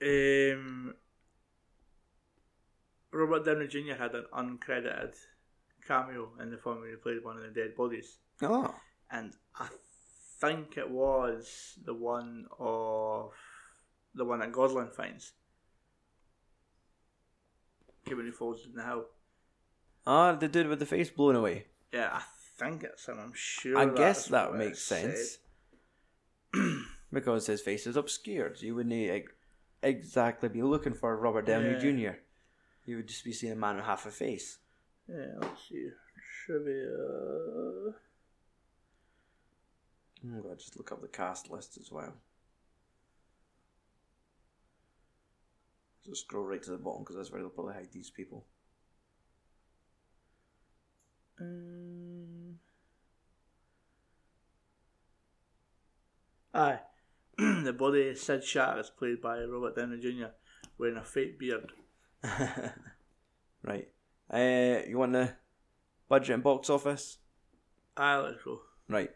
Speaker 2: Um, Robert Downey Jr. had an uncredited cameo in the film where he played one of the dead bodies.
Speaker 1: oh,
Speaker 2: and I think it was the one of the one that Gosling finds. Okay, when he falls in the hill.
Speaker 1: ah, the dude with the face blown away.
Speaker 2: Yeah, I think it's him. I'm sure.
Speaker 1: I guess
Speaker 2: that's
Speaker 1: that
Speaker 2: what it
Speaker 1: makes
Speaker 2: said.
Speaker 1: sense. because his face is obscured. You wouldn't ex- exactly be looking for Robert Downey
Speaker 2: Yeah.
Speaker 1: Jr. You would just be seeing a man with half a face.
Speaker 2: Yeah, let's see. Trivia.
Speaker 1: I'm going to just look up the cast list as well. Just scroll right to the bottom because that's where they'll probably hide these people.
Speaker 2: Um, aye. the body of Sid Shatter is played by Robert Downey Jr. wearing a fake beard.
Speaker 1: right. Uh, you want the budget and box office?
Speaker 2: Aye, let's go.
Speaker 1: Right.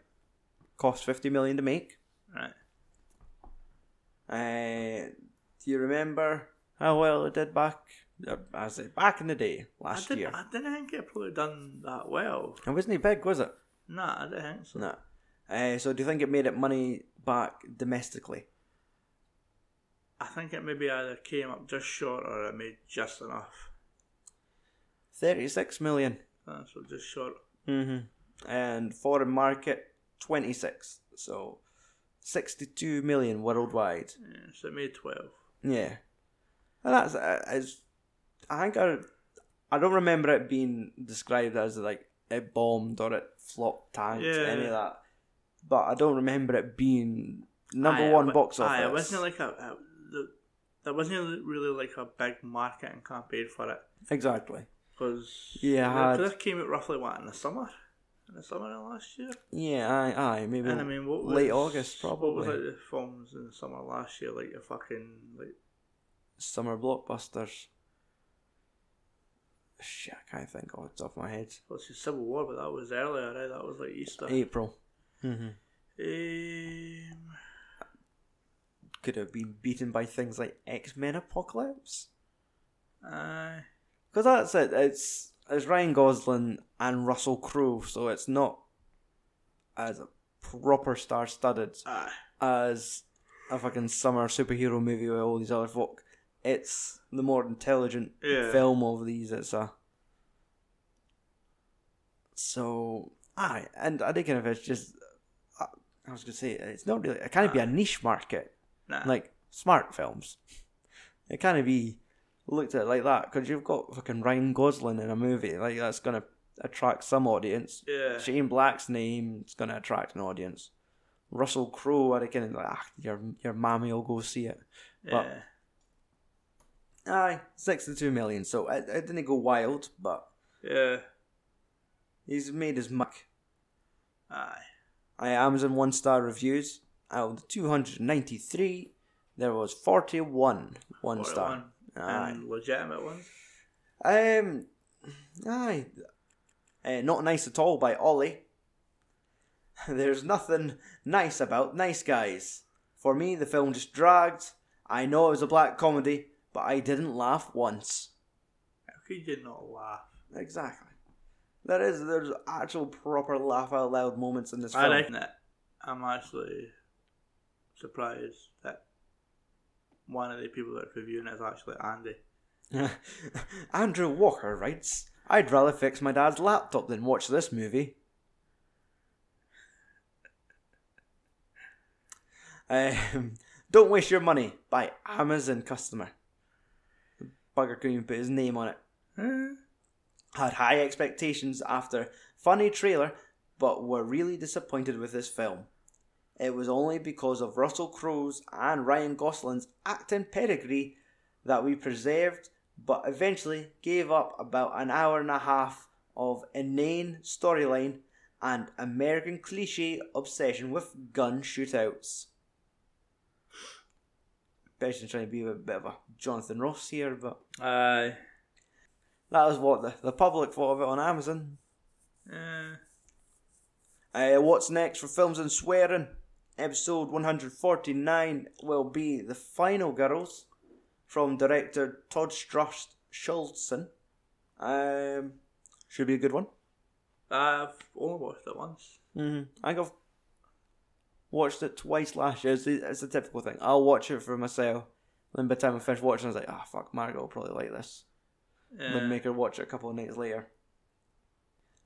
Speaker 1: Cost 50 million to make.
Speaker 2: Right.
Speaker 1: Uh, do you remember how well it did back? uh, I said back in the day,
Speaker 2: I
Speaker 1: last
Speaker 2: didn't,
Speaker 1: year.
Speaker 2: I didn't think it probably done that well.
Speaker 1: It wasn't it big, was it?
Speaker 2: Nah, I didn't think so.
Speaker 1: No. Uh, so do you think it made it money back domestically?
Speaker 2: I think it maybe either came up just short or it made just enough.
Speaker 1: Thirty-six million.
Speaker 2: Uh, so just short.
Speaker 1: Mm-hmm. And foreign market twenty-six. So sixty-two million worldwide.
Speaker 2: Yeah, so it made 12.
Speaker 1: Yeah, and that's uh, is. I think I, I don't remember it being described as like it bombed or it flopped tanked
Speaker 2: Yeah.
Speaker 1: any of that, but I don't remember it being number
Speaker 2: Aye,
Speaker 1: one
Speaker 2: it wa-
Speaker 1: box office.
Speaker 2: Aye, it wasn't like a. a the, there wasn't really like a big marketing campaign for it.
Speaker 1: exactly.
Speaker 2: Because.
Speaker 1: Yeah, I had-
Speaker 2: This came out roughly what, in the summer? In the summer of last year?
Speaker 1: Yeah, aye, aye, maybe.
Speaker 2: and I mean, what was.
Speaker 1: late August,
Speaker 2: What was
Speaker 1: probably.
Speaker 2: like the films in the summer last year? Like your fucking. like
Speaker 1: summer blockbusters. Shit, I can't think off the top of my head.
Speaker 2: What's your Civil War? But that was earlier, right? That was like Easter.
Speaker 1: April. Mm-hmm.
Speaker 2: Um,
Speaker 1: Could have been beaten by things like X Men Apocalypse.
Speaker 2: Um, aye.
Speaker 1: Because that's it. It's it's Ryan Gosling and Russell Crowe, so it's not as a proper star-studded
Speaker 2: Aye.
Speaker 1: as a fucking summer superhero movie with all these other folk. It's the more intelligent
Speaker 2: Yeah.
Speaker 1: film of these. It's a so aye, and I think if it's just I, I was gonna say it's not really. It can't be a niche market
Speaker 2: Nah.
Speaker 1: like smart films. It can't be looked at it like that because you've got fucking Ryan Gosling in a movie like that's gonna attract some audience.
Speaker 2: Yeah.
Speaker 1: Shane Black's name is gonna attract an audience. Russell Crowe, I reckon, like, ah, your your mammy will go see it. But-
Speaker 2: yeah.
Speaker 1: Aye, sixty-two million. So it, it didn't go wild, but
Speaker 2: Yeah.
Speaker 1: he's made his muck.
Speaker 2: Aye.
Speaker 1: I Amazon one star reviews out of the two hundred ninety-three, there was forty-one one star.
Speaker 2: 41.
Speaker 1: Aye.
Speaker 2: And legitimate ones.
Speaker 1: Um, aye, uh, not nice at all by Ollie. There's nothing nice about nice guys. For me, the film just dragged. I know it was a black comedy, but I didn't laugh once.
Speaker 2: How could you not laugh?
Speaker 1: Exactly. There is there's actual proper laugh out loud moments in this
Speaker 2: I
Speaker 1: film.
Speaker 2: reckon that I'm actually surprised that one of the people that's reviewing it is actually Andy.
Speaker 1: Andrew Walker writes, I'd rather fix my dad's laptop than watch this movie. Um, Don't Waste Your Money by Amazon Customer. Bugger couldn't even put his name on it. Had high expectations after funny trailer, but were really disappointed with this film. It was only because of Russell Crowe's and Ryan Gosling's acting pedigree that we preserved, but eventually gave up about an hour and a half of inane storyline and American cliche obsession with gun shootouts. Basically trying to be a bit of a Jonathan Ross here, but
Speaker 2: Aye.
Speaker 1: that was what the, the public thought of it on Amazon.
Speaker 2: Eh.
Speaker 1: Uh, what's next for films and swearing? Episode 149 will be The Final Girls from director Todd Strauss Schultzen. Um, should be a good one.
Speaker 2: I've only watched it once.
Speaker 1: Mm-hmm. I think I've watched it twice last year. It's the, it's the typical thing. I'll watch it for myself. Then by the time I finish watching, I was like, ah, fuck, Margot will probably like this.
Speaker 2: Eh.
Speaker 1: Then make her watch it a couple of nights later.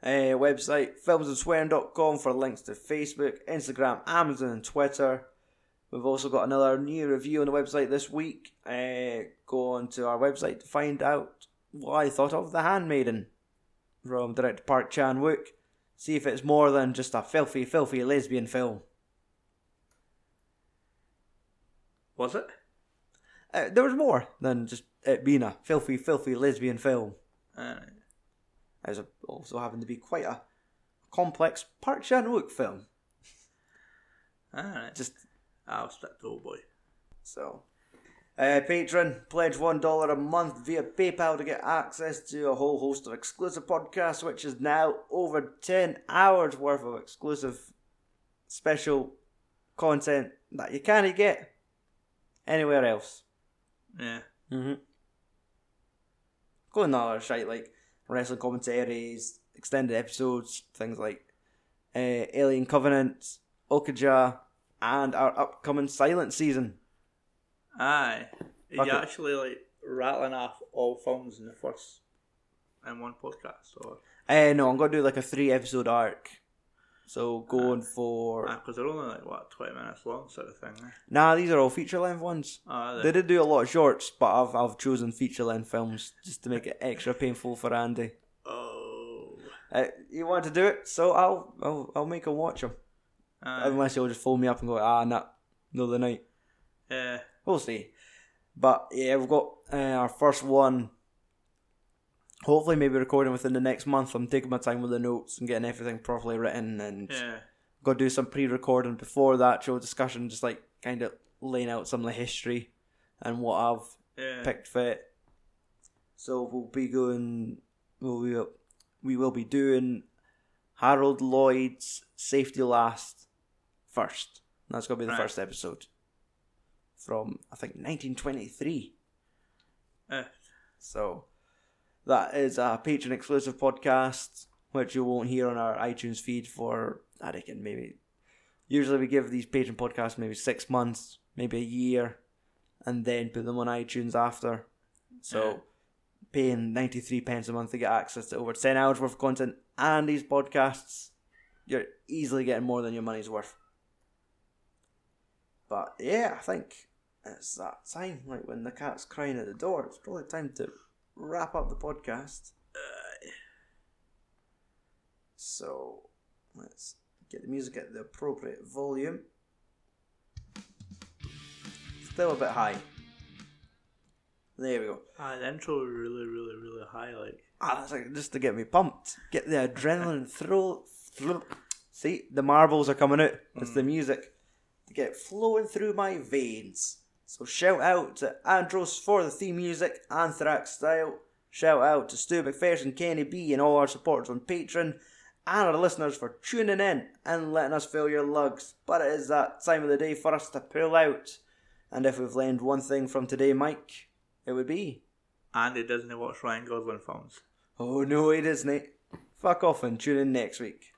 Speaker 1: Uh, website filmsandswearing.com for links to Facebook, Instagram, Amazon, and Twitter. We've also got another new review on the website this week. Uh, go on to our website to find out what I thought of The Handmaiden from director Park Chan Wook. See if it's more than just a filthy, filthy lesbian film.
Speaker 2: Was it?
Speaker 1: Uh, there was more than just it being a filthy, filthy lesbian film.
Speaker 2: Alright.
Speaker 1: as a, also happened to be quite a complex Park Chan Wook film.
Speaker 2: Alright.
Speaker 1: Just
Speaker 2: I'll stick to old boy.
Speaker 1: so. Uh, patron, pledge $1 a month via PayPal to get access to a whole host of exclusive podcasts, which is now over 10 hours worth of exclusive special content that you can't get anywhere else.
Speaker 2: Yeah.
Speaker 1: Mm-hmm. Got another shite like wrestling commentaries, extended episodes, things like uh, Alien Covenant, Okaja, and our upcoming Silent season.
Speaker 2: Aye. You're
Speaker 1: Fuck it.
Speaker 2: actually like rattling off all films in the first in one podcast or
Speaker 1: Uh, no, I'm gonna do like a three episode arc. So going for
Speaker 2: because they're only like what twenty minutes long sort of thing. eh?
Speaker 1: nah, these are all feature length ones.
Speaker 2: Ah,
Speaker 1: They did do a lot of shorts, but I've I've chosen feature length films just to make it extra painful for Andy.
Speaker 2: oh,
Speaker 1: Uh, he wanted to do it, so I'll I'll, I'll make him watch them.
Speaker 2: aye.
Speaker 1: Unless he'll just phone me up and go, ah, nah, no, the night.
Speaker 2: yeah,
Speaker 1: We'll see. But yeah, we've got uh, our first one. Hopefully, maybe recording within the next month. I'm taking my time with the notes and getting everything properly written, and
Speaker 2: yeah,
Speaker 1: got to do some pre-recording before the actual discussion, just like kind of laying out some of the history and what I've
Speaker 2: yeah.
Speaker 1: picked fit. So we'll be going. We'll be, we will be doing Harold Lloyd's Safety Last first. That's going to be the
Speaker 2: Right.
Speaker 1: first episode from I think 1923.
Speaker 2: Eh,
Speaker 1: So that is a patron exclusive podcast, which you won't hear on our iTunes feed for I reckon maybe. Usually we give these patron podcasts maybe six months, maybe a year, and then put them on iTunes after. So
Speaker 2: Yeah.
Speaker 1: paying ninety three pence a month to get access to over ten hours worth of content and these podcasts, you're easily getting more than your money's worth. But yeah, I think it's that time, like when the cat's crying at the door. It's probably time to wrap up the podcast. So let's get the music at the appropriate volume. Still a bit high. There we go.
Speaker 2: Ah, the intro was really, really, really high. Like,
Speaker 1: Ah, that's like just to get me pumped. Get the adrenaline throw. through. See, the marbles are coming out. It's the music to get flowing through my veins. So shout out to Andros for the theme music, Anthrax style. Shout out to Stu McPherson, Kenny B, and all our supporters on Patreon, and our listeners for tuning in and letting us fill your lugs. But it is that time of the day for us to pull out. And if we've learned one thing from today, Mike, it would be
Speaker 2: Andy doesn't watch Ryan Gosling films.
Speaker 1: Oh no, it isn't. Fuck off and tune in next week.